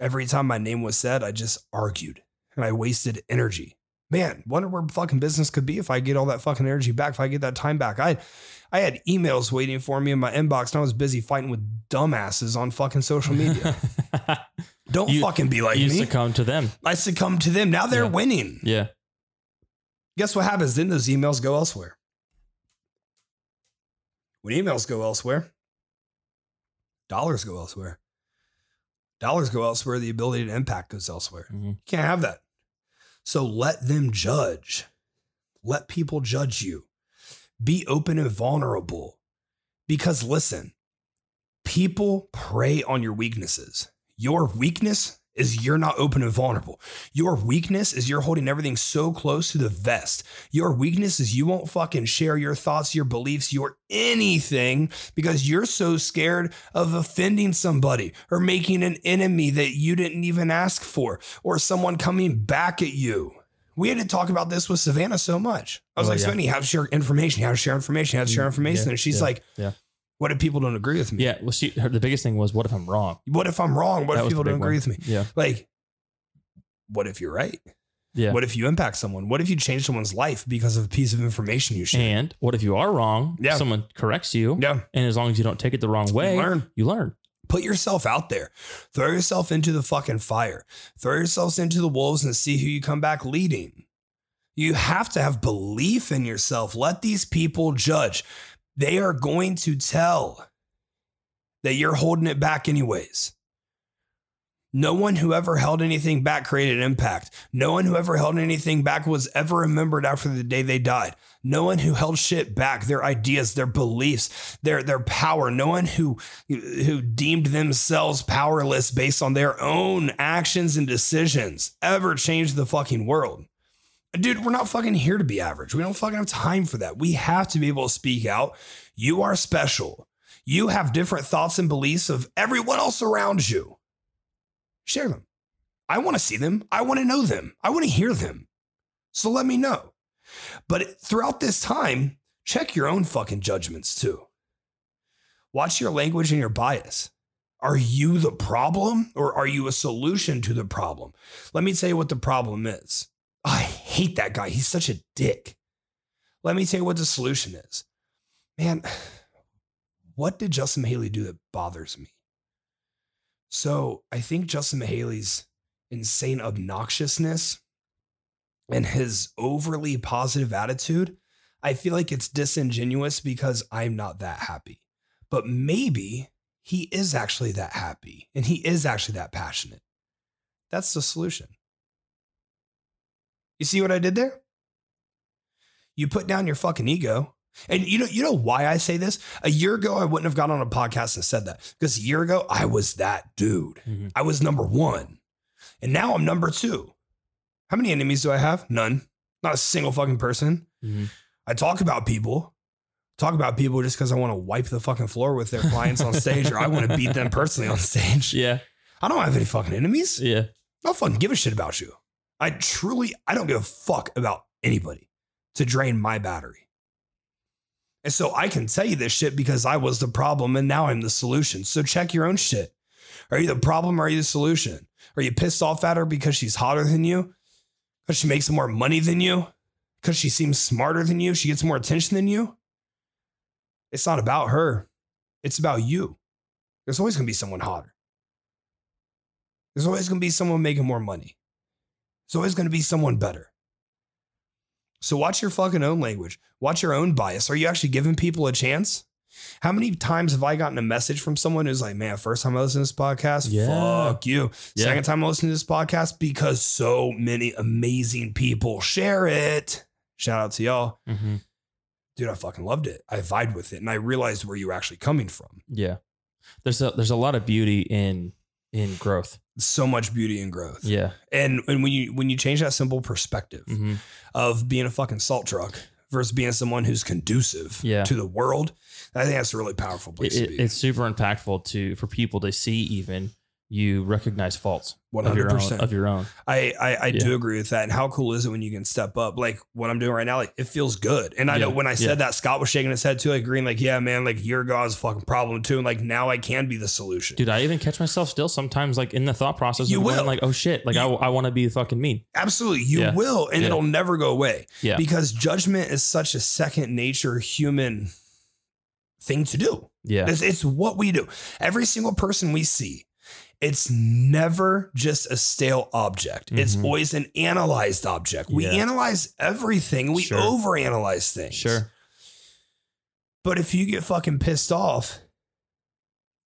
Every time my name was said, I just argued and I wasted energy. Man, wonder where fucking business could be if I get all that fucking energy back, if I get that time back. I I had emails waiting for me in my inbox and I was busy fighting with dumbasses on fucking social media. Don't
You-
fucking be like
you
me.
succumb to them.
I succumbed to them. Now they're
Yeah.
winning.
Yeah.
Guess what happens? Then those emails go elsewhere. When emails go elsewhere, dollars go elsewhere. Dollars go elsewhere, the ability to impact goes elsewhere.
Mhm.
You can't have that. So let them judge. Let people judge you. Be open and vulnerable. Because listen, people prey on your weaknesses. Your weakness is you're not open and vulnerable. Your weakness is you're holding everything so close to the vest. Your weakness is you won't fucking share your thoughts, your beliefs, your anything because you're so scared of offending somebody or making an enemy that you didn't even ask for or someone coming back at you. We had to talk about this with Savannah so much. I was
Oh,
like,
yeah. Mm,
Savannah, you have to share information, you have to share information, you have to share information.
Yeah,
and she's
yeah,
like,
yeah.
What if people don't agree with me?
Yeah. Well, she her, the biggest thing was, what if I'm wrong?
What if I'm wrong? What
That
if
was the
people don't
big
agree
one.
with me?
Yeah.
Like, what if you're right?
Yeah.
What if you impact someone? What if you change someone's life because of a piece of information you share?
and what if you are wrong?
Yeah.
Someone corrects you,
yeah.
and as long as you don't take it the wrong way,
learn.
You learn.
Put yourself out there. Throw yourself into the fucking fire. Throw yourselves into the wolves and see who you come back leading. You have to have belief in yourself. Let these people judge. They are going to tell that you're holding it back, anyways. No one who ever held anything back created impact. No one who ever held anything back was ever remembered after the day they died. No one who held shit back, their ideas, their beliefs, their their power, no one who who deemed themselves powerless based on their own actions and decisions ever changed the fucking world. Dude, we're not fucking here to be average. We don't fucking have time for that. We have to be able to speak out. You are special. You have different thoughts and beliefs of everyone else around you share them. I want to see them. I want to know them. I want to hear them. So let me know. But throughout this time, check your own fucking judgments too. Watch your language and your bias. Are you the problem or are you a solution to the problem? Let me tell you what the problem is. I hate that guy. He's such a dick. Let me tell you what the solution is. Man, what did Justin Haley do that bothers me? So I think Justin Mahaley's insane obnoxiousness and his overly positive attitude, I feel like it's disingenuous because I'm not that happy. But maybe he is actually that happy and he is actually that passionate. That's the solution. You see what I did there? You put down your fucking ego and you know, you know why I say this? A year ago, I wouldn't have gone on a podcast and said that because a year ago, I was that dude.
Mhm.
I was number one. And now I'm number two. How many enemies do I have? None. Not a single fucking person.
Mhm.
I talk about people. Talk about people just because I want to wipe the fucking floor with their clients on stage or I want to beat them personally on stage.
Yeah.
I don't have any fucking enemies.
Yeah.
I don't fucking give a shit about you. I truly, I don't give a fuck about anybody to drain my battery. And so I can tell you this shit because I was the problem and now I'm the solution. So check your own shit. Are you the problem or are you the solution? Are you pissed off at her because she's hotter than you? Because she makes more money than you? Because she seems smarter than you? She gets more attention than you? It's not about her. It's about you. There's always going to be someone hotter. There's always going to be someone making more money. There's always going to be someone better. So watch your fucking own language. Watch your own bias. Are you actually giving people a chance? How many times have I gotten a message from someone who's like, man, first time I listen to this podcast,
Yeah.
fuck you.
Yeah.
Second time I listen to this podcast because so many amazing people share it. Shout out to y'all.
Mm-hmm.
Dude, I fucking loved it. I vibed with it and I realized where you were actually coming from.
Yeah. There's a there's a lot of beauty in in growth.
So much beauty and growth.
Yeah.
And and when you when you change that simple perspective,
Mm-hmm.
of being a fucking salt truck versus being someone who's conducive
Yeah.
to the world. I think that's a really powerful place
It,
to
it-
be.
it's super impactful to for people to see even you recognize faults
One
of
hundred
your own
percent.
of your own.
I I, I
Yeah.
do agree with that. And how cool is it when you can step up? Like what I'm doing right now, like it feels good. And I know
Yeah.
when I said
Yeah.
that, Scott was shaking his head too, like agreeing, like yeah, man, like a year ago I was a fucking problem too, and like now I can be the solution.
Dude, I even catch myself still sometimes like in the thought process
You
of going
will.
like, oh shit, like I, I want to be fucking mean.
Absolutely, you
Yeah.
will, and
Yeah.
it'll never go away.
Yeah.
because judgment is such a second nature human thing to do.
Yeah.
It's, it's what we do. Every single person we see, it's never just a stale object. It's
Mhm.
always an analyzed object. We
Yeah.
analyze everything. We
Sure.
overanalyze things.
Sure.
But if you get fucking pissed off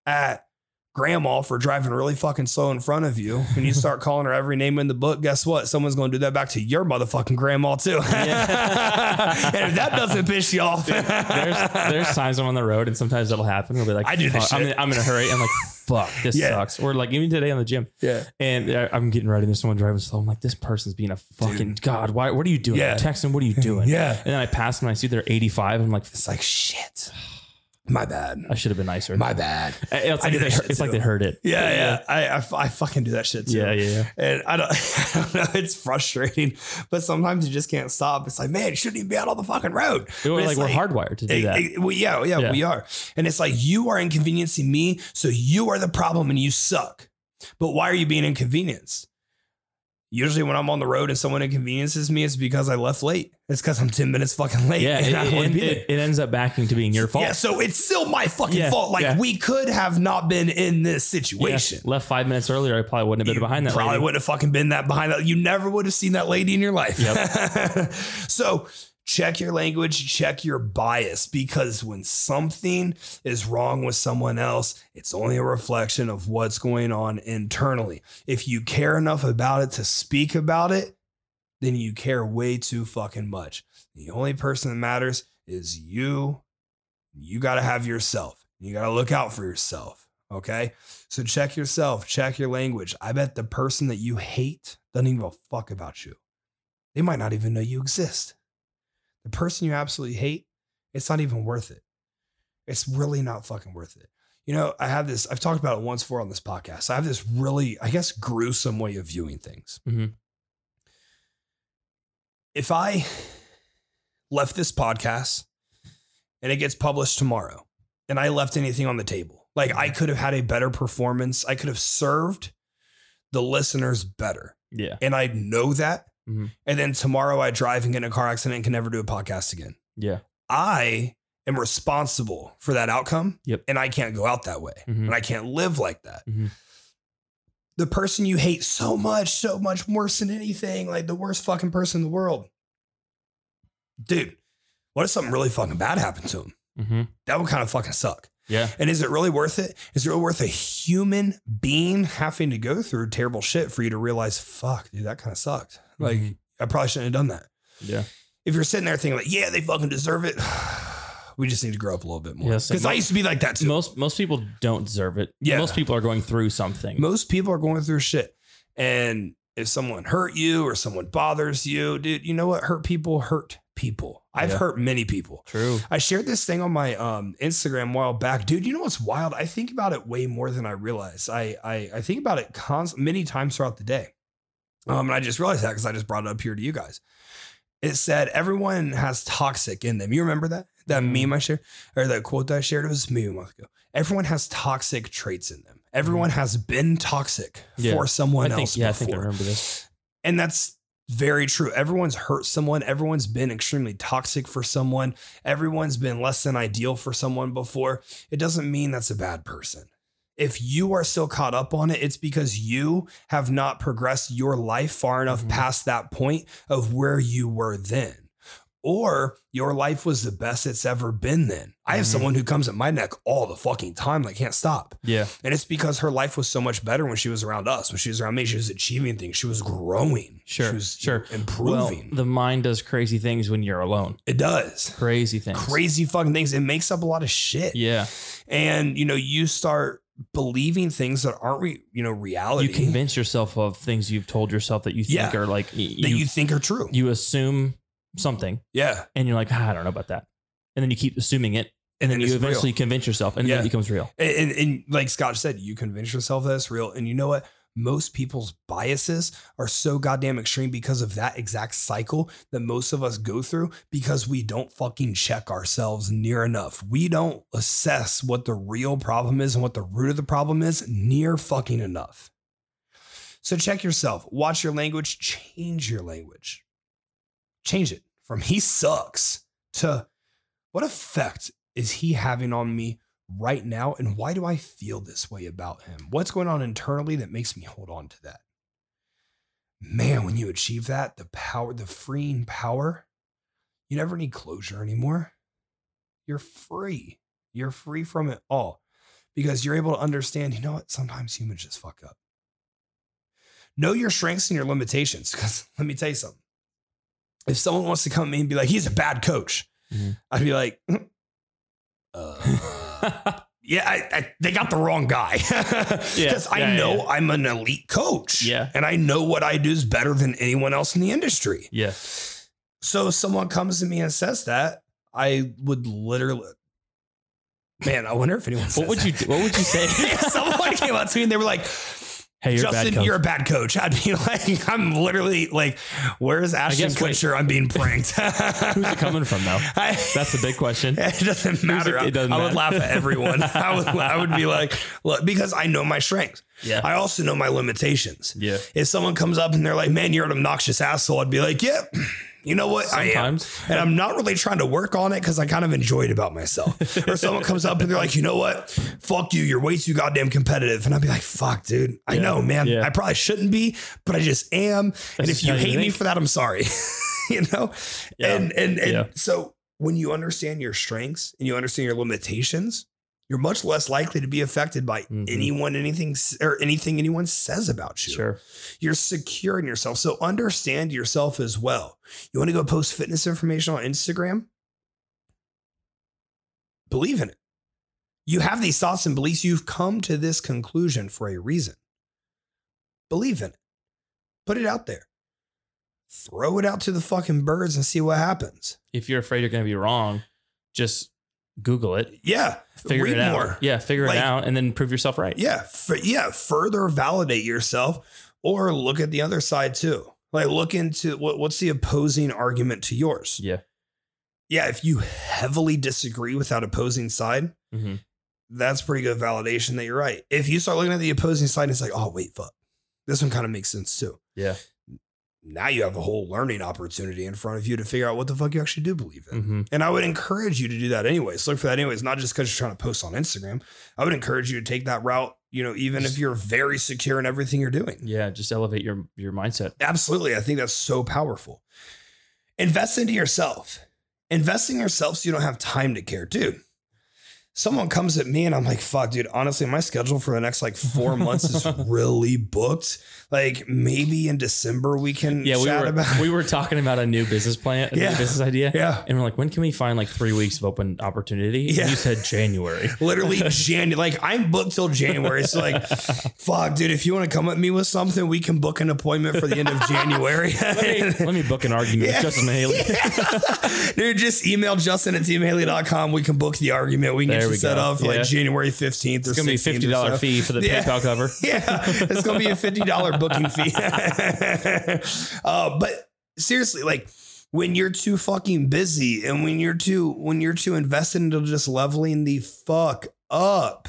at grandma for driving really fucking slow in front of you and you start calling her every name in the book, guess what? Someone's going to do that back to your motherfucking grandma too.
Yeah.
and if that doesn't piss you off,
There's there's times I'm on the road and sometimes it'll happen. I'll be like,
I do this
fuck, I'm,
shit.
in, I'm in a hurry. I'm like, fuck, this
Yeah.
sucks. Or like even today on the gym.
yeah.
And I- I'm getting ready. There's someone driving slow. I'm like, this person's being a fucking
Dude.
god. Why? What are you doing?
Yeah.
I'm texting. What are you doing?
Yeah.
And then I pass them. I see they're 85. I'm like,
It's like shit. My bad.
I should have been nicer.
My bad.
it's
I
like,
do
they,
that shit
it's like
too.
they heard it.
Yeah, yeah. I, I f- I fucking do that shit too.
yeah, yeah, yeah.
And I don't, I don't know. It's frustrating, but sometimes you just can't stop. It's like, man, you shouldn't even be out on the fucking road.
We were
But
like,
it's
we're hardwired to do
eh,
that.
eh, well, yeah, yeah,
Yeah.
we are. And it's like, you are inconveniencing me. So you are the problem and you suck. But why are you being inconvenienced? Usually, when I'm on the road and someone inconveniences me, it's because I left late. It's because I'm 10 minutes fucking late.
yeah,
and I
it,
wanna
it,
be there.
it- it ends up backing to being your fault.
Yeah, so it's still my fucking
Yeah,
fault. Like
yeah.
we could have not been in this
Yeah.
situation.
Left five minutes earlier, I probably wouldn't have
You
been behind that.
probably
lady.
wouldn't have fucking been that behind that. You never would have seen that lady in your life. so check your language, check your bias, because when something is wrong with someone else, it's only a reflection of what's going on internally. If you care enough about it to speak about it, then you care way too fucking much. The only person that matters is you. You got to have yourself. You got to look out for yourself. Okay. So check yourself, check your language. I bet the person that you hate doesn't even give a fuck about you. They might not even know you exist. The person you absolutely hate, it's not even worth it. It's really not fucking worth it. You know, I have this, I've talked about it once before on this podcast. I have this really, I guess, gruesome way of viewing things.
Mhm.
If I left this podcast and it gets published tomorrow and I left anything on the table, like I could have had a better performance, I could have served the listeners better.
Yeah.
And I know that.
Mhm.
And then tomorrow I drive and get in a car accident and can never do a podcast again.
Yeah.
I am responsible for that outcome.
Yep.
And I can't go out that way.
Mhm.
And I can't live like that.
Mhm.
The person you hate so much, so much worse than anything, like the worst fucking person in the world. Dude, what if something really fucking bad happened to him?
Mm-hmm.
That would kind of fucking suck.
Yeah.
And is it really worth it? Is it really worth a human being having to go through terrible shit for you to realize, fuck, dude, that kind of sucked? Like,
Mhm.
I probably shouldn't have done that.
Yeah.
If you're sitting there thinking, like, yeah, they fucking deserve it, we just need to grow up a little bit more.
Yes,
Because
and
I used to be like that too.
Most most people don't deserve it.
Yeah.
Most people are going through something.
Most people are going through shit. And if someone hurt you or someone bothers you, dude, you know what? Hurt people hurt people. I've
Yeah.
hurt many people.
True.
I shared this thing on my um, Instagram a while back, dude. You know what's wild? I think about it way more than I realize. I I, I think about it const- many times throughout the day, um, and I just realized that because I just brought it up here to you guys. It said everyone has toxic in them. You remember that that
Mhm.
meme I shared or that quote that I shared? It was maybe a month ago. Everyone has toxic traits in them. Everyone has been toxic
Mm-hmm. Yeah.
for someone
I
else
think, yeah, I
before.
think I remember this.
And that's very true. Everyone's hurt someone. Everyone's been extremely toxic for someone. Everyone's been less than ideal for someone before. It doesn't mean that's a bad person. If you are still caught up on it, it's because you have not progressed your life far enough
Mhm.
past that point of where you were then. Or your life was the best it's ever been then. I have
Mhm.
someone who comes at my neck all the fucking time, like can't stop.
Yeah.
And it's because her life was so much better when she was around us. When she was around me, she was achieving things. She was growing.
Sure,
She was
sure. Well,
improving.
the mind does crazy things when you're alone.
it does.
Crazy things.
Crazy fucking things. It makes up a lot of shit.
Yeah.
And you know, you start believing things that aren't re- you know, reality
You convince yourself of things you've told yourself that you think
Yeah.
are like
that you,
you, you
think are true.
assume something
yeah.
and you're like, "Ah, I don't know about that. And then you keep assuming it.
And then
And
it's
you eventually convince yourself and
Yeah.
then it becomes real.
real. And, and and like Scott said, you convince yourself that it's real. And you know what? Most people's biases are so goddamn extreme because of that exact cycle that most of us go through because we don't fucking check ourselves near enough. We don't assess what the real problem is and what the root of the problem is near fucking enough. So check yourself, watch your language, change your language. Change it from he sucks to what effect is he having on me right now? And why do I feel this way about him? What's going on internally that makes me hold on to that? Man, when you achieve that, the power, the freeing power, you never need closure anymore. You're free. You're free from it all because you're able to understand, you know what? Sometimes humans just fuck up. Know your strengths and your limitations. Because let me tell you something. If someone wants to come at me and be like, he's a bad coach,
Mhm.
I'd be like, "Mm, uh, yeah, I, I, they got the wrong guy. Because I
yeah,
know
yeah.
I'm an elite coach.
Yeah.
And I know what I do is better than anyone else in the industry.
yeah.
So if someone comes to me and says that, I would literally, man, I wonder if anyone says
What would you do? What would you say?
if someone came up to me and they were like,
hey, you're a bad
Justin,
coach.
you're a bad coach. I'd be like, I'm literally like, where is Ashton
guess- wait.
Kutcher? I'm being pranked.
Who's it coming from though?
I-
That's the big question.
it doesn't matter.
it doesn't
I would laugh
matter.
at everyone. I would, I would be like, look, because I know my strengths.
Yeah.
I also know my limitations.
Yeah.
If someone comes up and they're like, man, you're an obnoxious asshole, I'd be like, yep, you know what? I am.
Sometimes.
And I'm not really trying to work on it because I kind of enjoy it about myself. or someone comes up and they're like, you know what? Fuck you. You're way too goddamn competitive. And I'd be like, fuck, dude. I
Yeah.
know, man.
Yeah.
I probably shouldn't be, but I just am. and
That's
if you
how you
hate me
think.
for that, I'm sorry. you know?
Yeah.
And and and
Yeah.
so when you understand your strengths and you understand your limitations, you're much less likely to be affected by
Mhm.
anyone, anything s- or anything anyone says about you.
sure.
You're secure in yourself. So understand yourself as well. You want to go post fitness information on Instagram? Believe in it. You have these thoughts and beliefs. You've come to this conclusion for a reason. Believe in it. Put it out there. Throw it out to the fucking birds and see what happens.
If you're afraid you're going to be wrong, just Google it.
Yeah.
Figure
Read
it out.
more.
Yeah, figure
Like-
it out and then prove yourself right.
Yeah, f- yeah. Further validate yourself, or look at the other side too. Like look into what, what's the opposing argument to yours.
Yeah.
yeah. If you heavily disagree without opposing side,
Mhm.
that's pretty good validation that you're right. If you start looking at the opposing side, it's like, oh wait, fuck, this one kind of makes sense too.
Yeah.
Now you have a whole learning opportunity in front of you to figure out what the fuck you actually do believe in.
Mhm.
And I would encourage you to do that anyways. Look for that anyways, not just because you're trying to post on Instagram. I would encourage you to take that route, you know, even if you're very secure in everything you're doing.
Yeah, just elevate your your mindset.
Absolutely. I think that's so powerful. Invest into yourself. Invest in yourself so you don't have time to care, dude. Someone comes at me and I'm like, fuck, dude, honestly, my schedule for the next like four months is really booked. Like maybe in December we can
Yeah, we
chat
were
about
we were talking about a new business plan, a
Yeah.
new business idea.
Yeah.
And we're like, when can we find like three weeks of open opportunity? And
Yeah.
You said January.
literally January. Like I'm booked till January. So like, fuck, dude. If you want to come at me with something, we can book an appointment for the end of January.
Let me, let me book an argument
Yeah.
with Justin Haley.
Dude, just email Justin at teamhaley.com. We can book the argument. We can
There
get you
we
set
go.
up for
Yeah.
like January 15th or
It's gonna be
16th
a
or
fifty dollar
so.
fee for the
Yeah.
PayPal cover.
Yeah, it's gonna be a fifty dollar booking fee. uh, but seriously, like when you're too fucking busy and when you're too when you're too invested into just leveling the fuck up,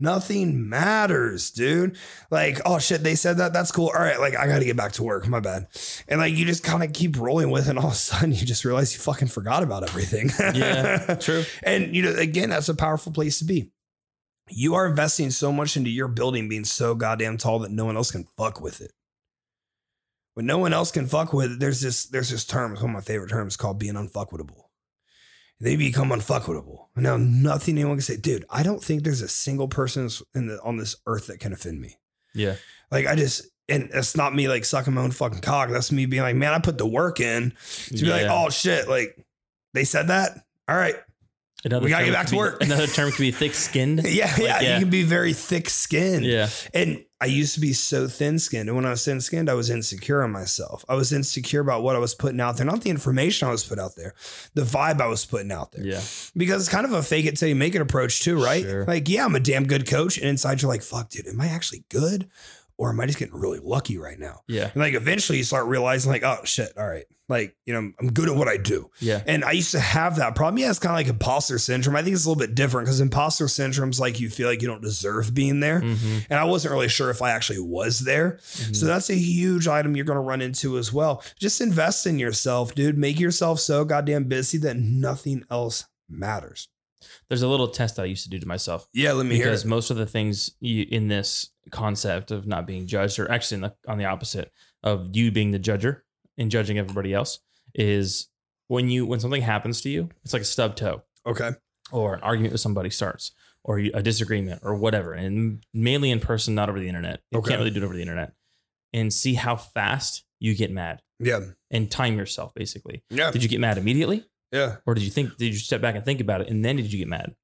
nothing matters, dude. Like, oh shit, they said that. That's cool. All right, like I gotta get back to work. My bad. And like you just kind of keep rolling with, it, and all of a sudden you just realize you fucking forgot about everything.
Yeah. True.
And you know, again, that's a powerful place to be. You are investing so much into your building being so goddamn tall that no one else can fuck with it. When no one else can fuck with it, there's this there's this term, one of my favorite terms called being unfuckwittable. They become unfuckwittable. Now nothing anyone can say, dude, I don't think there's a single person in the, on this earth that can offend me.
Yeah.
Like I just and it's not me like sucking my own fucking cock. That's me being like, man, I put the work in to be like,
Yeah.
oh shit, like they said that. All right,
Another
we gotta
term
get back
could
to
be-
work.
Another term could be thick skinned.
Yeah, yeah,
yeah.
You can be very thick skinned.
Yeah.
And I used to be so thin skinned. And when I was thin skinned, I was insecure on myself. I was insecure about what I was putting out there, not the information I was putting out there, the vibe I was putting out there.
Yeah.
Because it's kind of a fake it till you make it approach, too, right?
Sure.
Like, yeah, I'm a damn good coach. And inside you're like, fuck, dude, am I actually good? Or am I just getting really lucky right now?
Yeah.
And like eventually you start realizing, like, oh shit, all right. Like, you know, I'm good at what I do.
Yeah.
And I used to have that problem. Yeah, it's kind of like imposter syndrome. I think it's a little bit different because imposter syndrome's like you feel like you don't deserve being there.
Mhm.
And I wasn't really sure if I actually was there.
Mhm.
So that's a huge item you're going to run into as well. Just invest in yourself, dude. Make yourself so goddamn busy that nothing else matters.
There's a little test I used to do to myself.
Yeah, let me hear.
because
It.
most of the things you, in this concept of not being judged are actually in the, on the opposite of you being the judger and judging everybody else is when you when something happens to you it's like a stub toe
Okay.
or an argument with somebody starts or you- a disagreement or whatever and mainly in person not over the internet you
Okay.
can't really do it over the internet and see how fast you get mad
Yeah.
and time yourself basically
Yeah.
did you get mad immediately
Yeah.
or did you think did you step back and think about it and then did you get mad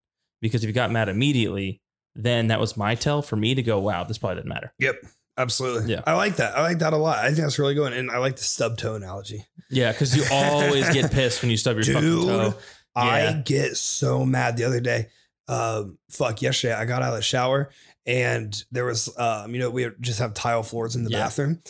because if you got mad immediately then that was my tell for me to go wow this probably didn't matter
Absolutely.
Yeah.
I like that. I like that a lot. I think that's really good. And I like the stub toe analogy.
yeah because you always get pissed when you stub your fucking
Dude,
toe
I
Yeah.
get so mad the other day. Um, fuck, yesterday I got out of the shower and there was, um, you know, we just have tile floors in the
Yeah.
bathroom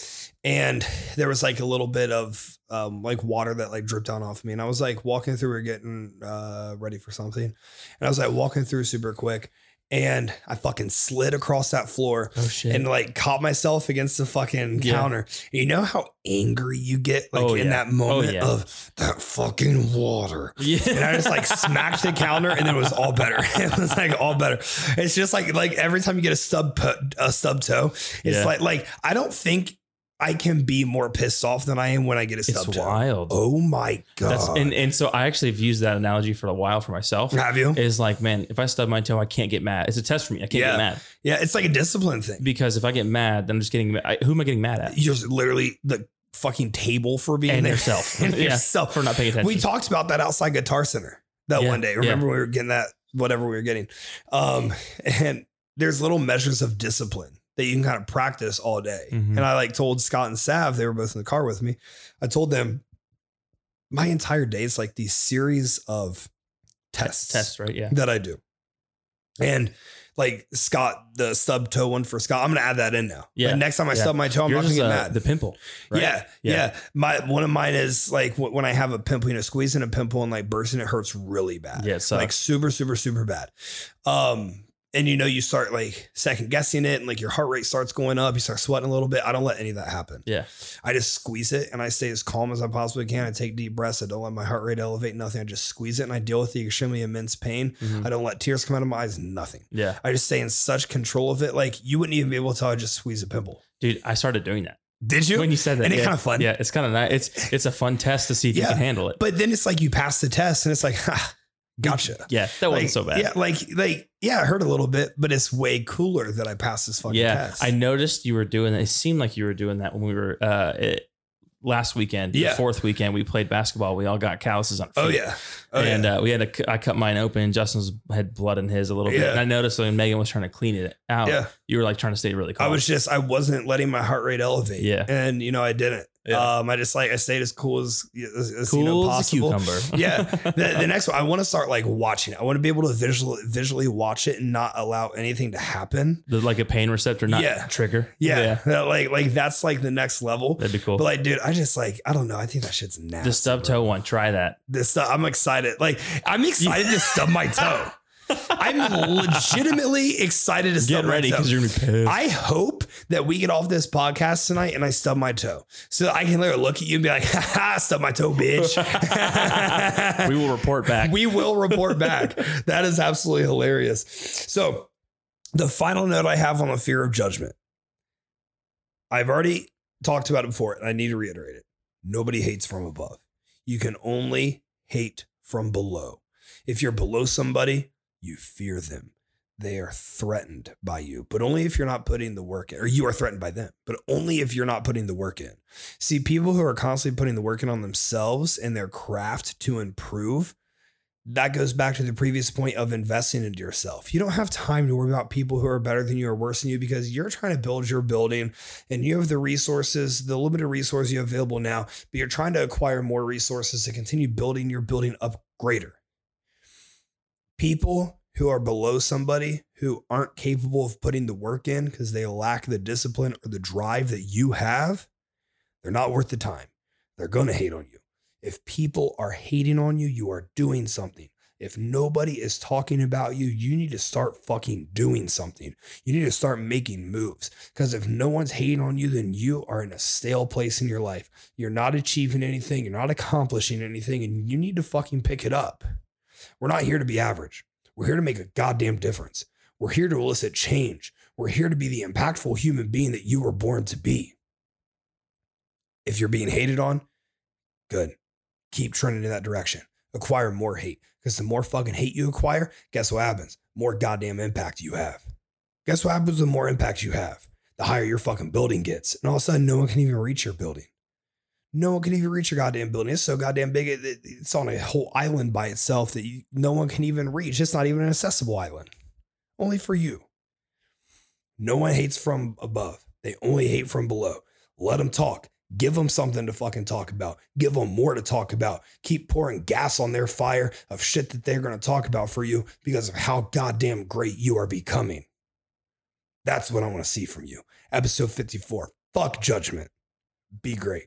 and there was like a little bit of, um, like water that like dripped down off me. And I was like walking through, we are getting, uh, ready for something. And I was like walking through super quick and I fucking slid across that floor
oh shit
and like caught myself against the fucking
Yeah.
counter. And you know how angry you get like
Oh,
in
yeah.
that moment
yeah.
of that fucking water
yeah
and I just like smacked the counter, and then it was all better. It was like all better. It's just like like every time you get a stub po- a stub toe, it's
Yeah.
like like I don't think. I- I can be more pissed off than I am when I get a
It's
sub tone.
wild.
Oh my god!
That's and, and so I actually have used that analogy for a while for myself.
Have you?
Is like, man, if I stub my toe, I can't get mad. It's a test for me. I can't
Yeah.
get mad
yeah, it's like a discipline thing.
because if I get mad, then I'm just getting. ma- I, who am I getting mad at?
You're just literally the fucking table for being
And
there.
yourself.
and
Yeah.
yourself.
For not paying attention.
We talked about that outside Guitar Center that
Yeah,
one day.
yeah.
Remember we were getting that whatever we were getting, um, and there's little measures of discipline that you can kind of practice all day.
Mhm.
And I like told Scott and Sav they were both in the car with me. I told them my entire day is like these series of tests
test, right? Yeah.
that I do, and. Like Scott, the stub toe one for Scott. I'm gonna add that in now.
Yeah.
Like, next time I
Yeah.
stub my toe, I'm
Yours
not gonna
is,
get
uh,
mad.
The pimple. Right?
Yeah, yeah,
Yeah.
My one of mine is like wh- when I have a pimple, you know, squeezing a pimple and like bursting, it hurts really bad.
Yeah. So
like super, super, super bad. Um, and you know, you start like second guessing it, and like your heart rate starts going up. You start sweating a little bit. I don't let any of that happen.
Yeah.
I just squeeze it and I stay as calm as I possibly can. I take deep breaths. I don't let my heart rate elevate. Nothing. I just squeeze it and I deal with the extremely immense pain.
mhm.
I don't let tears come out of my eyes. Nothing.
yeah,
I just stay in such control of it. Like you wouldn't even be able to tell I just squeeze a pimple.
dude, I started doing that
Did you?
when you said that.
Ain't it
yeah.
kinda fun?
Yeah, it's kind of nice. It's it's a fun test to see if
Yeah.
you can handle it.
But then it's like you pass the test and it's like, ha, gotcha.
Yeah, that
like,
wasn't so bad.
Yeah, like like yeah, it hurt a little bit, but it's way cooler that I passed this fucking
yeah,
test.
I noticed you were doing that. It seemed like you were doing that when we were uh, it, last weekend,
Yeah.
the fourth weekend. We played basketball. We all got calluses on. our
oh
feet.
yeah. Oh,
and
yeah.
uh, we had a, cu- I cut mine open. Justin's had blood in his a little
Yeah.
bit. And I noticed when Megan was trying to clean it out,
yeah.
you were like trying to stay really
I
calm.
was just I wasn't letting my heart rate elevate.
uh, Yeah.
And you know, I didn't.
Yeah.
Um I just like I stayed as cool as, as, as
cool
you know,
as a
possible.
cucumber.
Yeah. the, the next one, I want to start like watching it. I want to be able to visually visually watch it and not allow anything to happen.
The- like a pain receptor, not
Yeah.
trigger.
Yeah, That, like like that's like the next level.
that'd be cool.
But like, dude, I just like I don't know. I think that shit's nasty.
the stub
bro.
toe one, try that.
this stuff. I'm excited. Like I'm excited to stub my toe. I'm legitimately excited to stub
Get ready
my
because
toe.
you're gonna be pissed.
I hope that we get off this podcast tonight and I stub my toe. So that I can literally look at you and be like, ha ha, stub my toe, bitch.
we will report back.
we will report back. That is absolutely hilarious. So the final note I have on the fear of judgment. I've already talked about it before, and I need to reiterate it. Nobody hates from above. You can only hate from below. If you're below somebody, you fear them. They are threatened by you, but only if you're not putting the work in, or you are threatened by them, but only if you're not putting the work in. See, people who are constantly putting the work in on themselves and their craft to improve, that goes back to the previous point of investing into yourself. You don't have time to worry about people who are better than you or worse than you because you're trying to build your building and you have the resources, the limited resources you have available now, but you're trying to acquire more resources to continue building your building up greater. People who are below somebody who aren't capable of putting the work in because they lack the discipline or the drive that you have, they're not worth the time. They're going to hate on you. If people are hating on you, you are doing something. If nobody is talking about you, you need to start fucking doing something. You need to start making moves. Because if no one's hating on you, then you are in a stale place in your life. You're not achieving anything, you're not accomplishing anything, and you need to fucking pick it up. We're not here to be average. We're here to make a goddamn difference. We're here to elicit change. We're here to be the impactful human being that you were born to be. If you're being hated on, good. Keep trending in that direction. Acquire more hate because the more fucking hate you acquire, guess what happens? More goddamn impact you have. Guess what happens the more impact you have? The higher your fucking building gets. And all of a sudden, no one can even reach your building. No one can even reach your goddamn building. It's so goddamn big. It, it- it's on a whole island by itself that you, no one can even reach. It's not even an accessible island, only for you. No one hates from above, they only hate from below. Let them talk. Give them something to fucking talk about. Give them more to talk about. Keep pouring gas on their fire of shit that they're going to talk about for you because of how goddamn great you are becoming. That's what I want to see from you. Episode 54. Fuck judgment. Be great.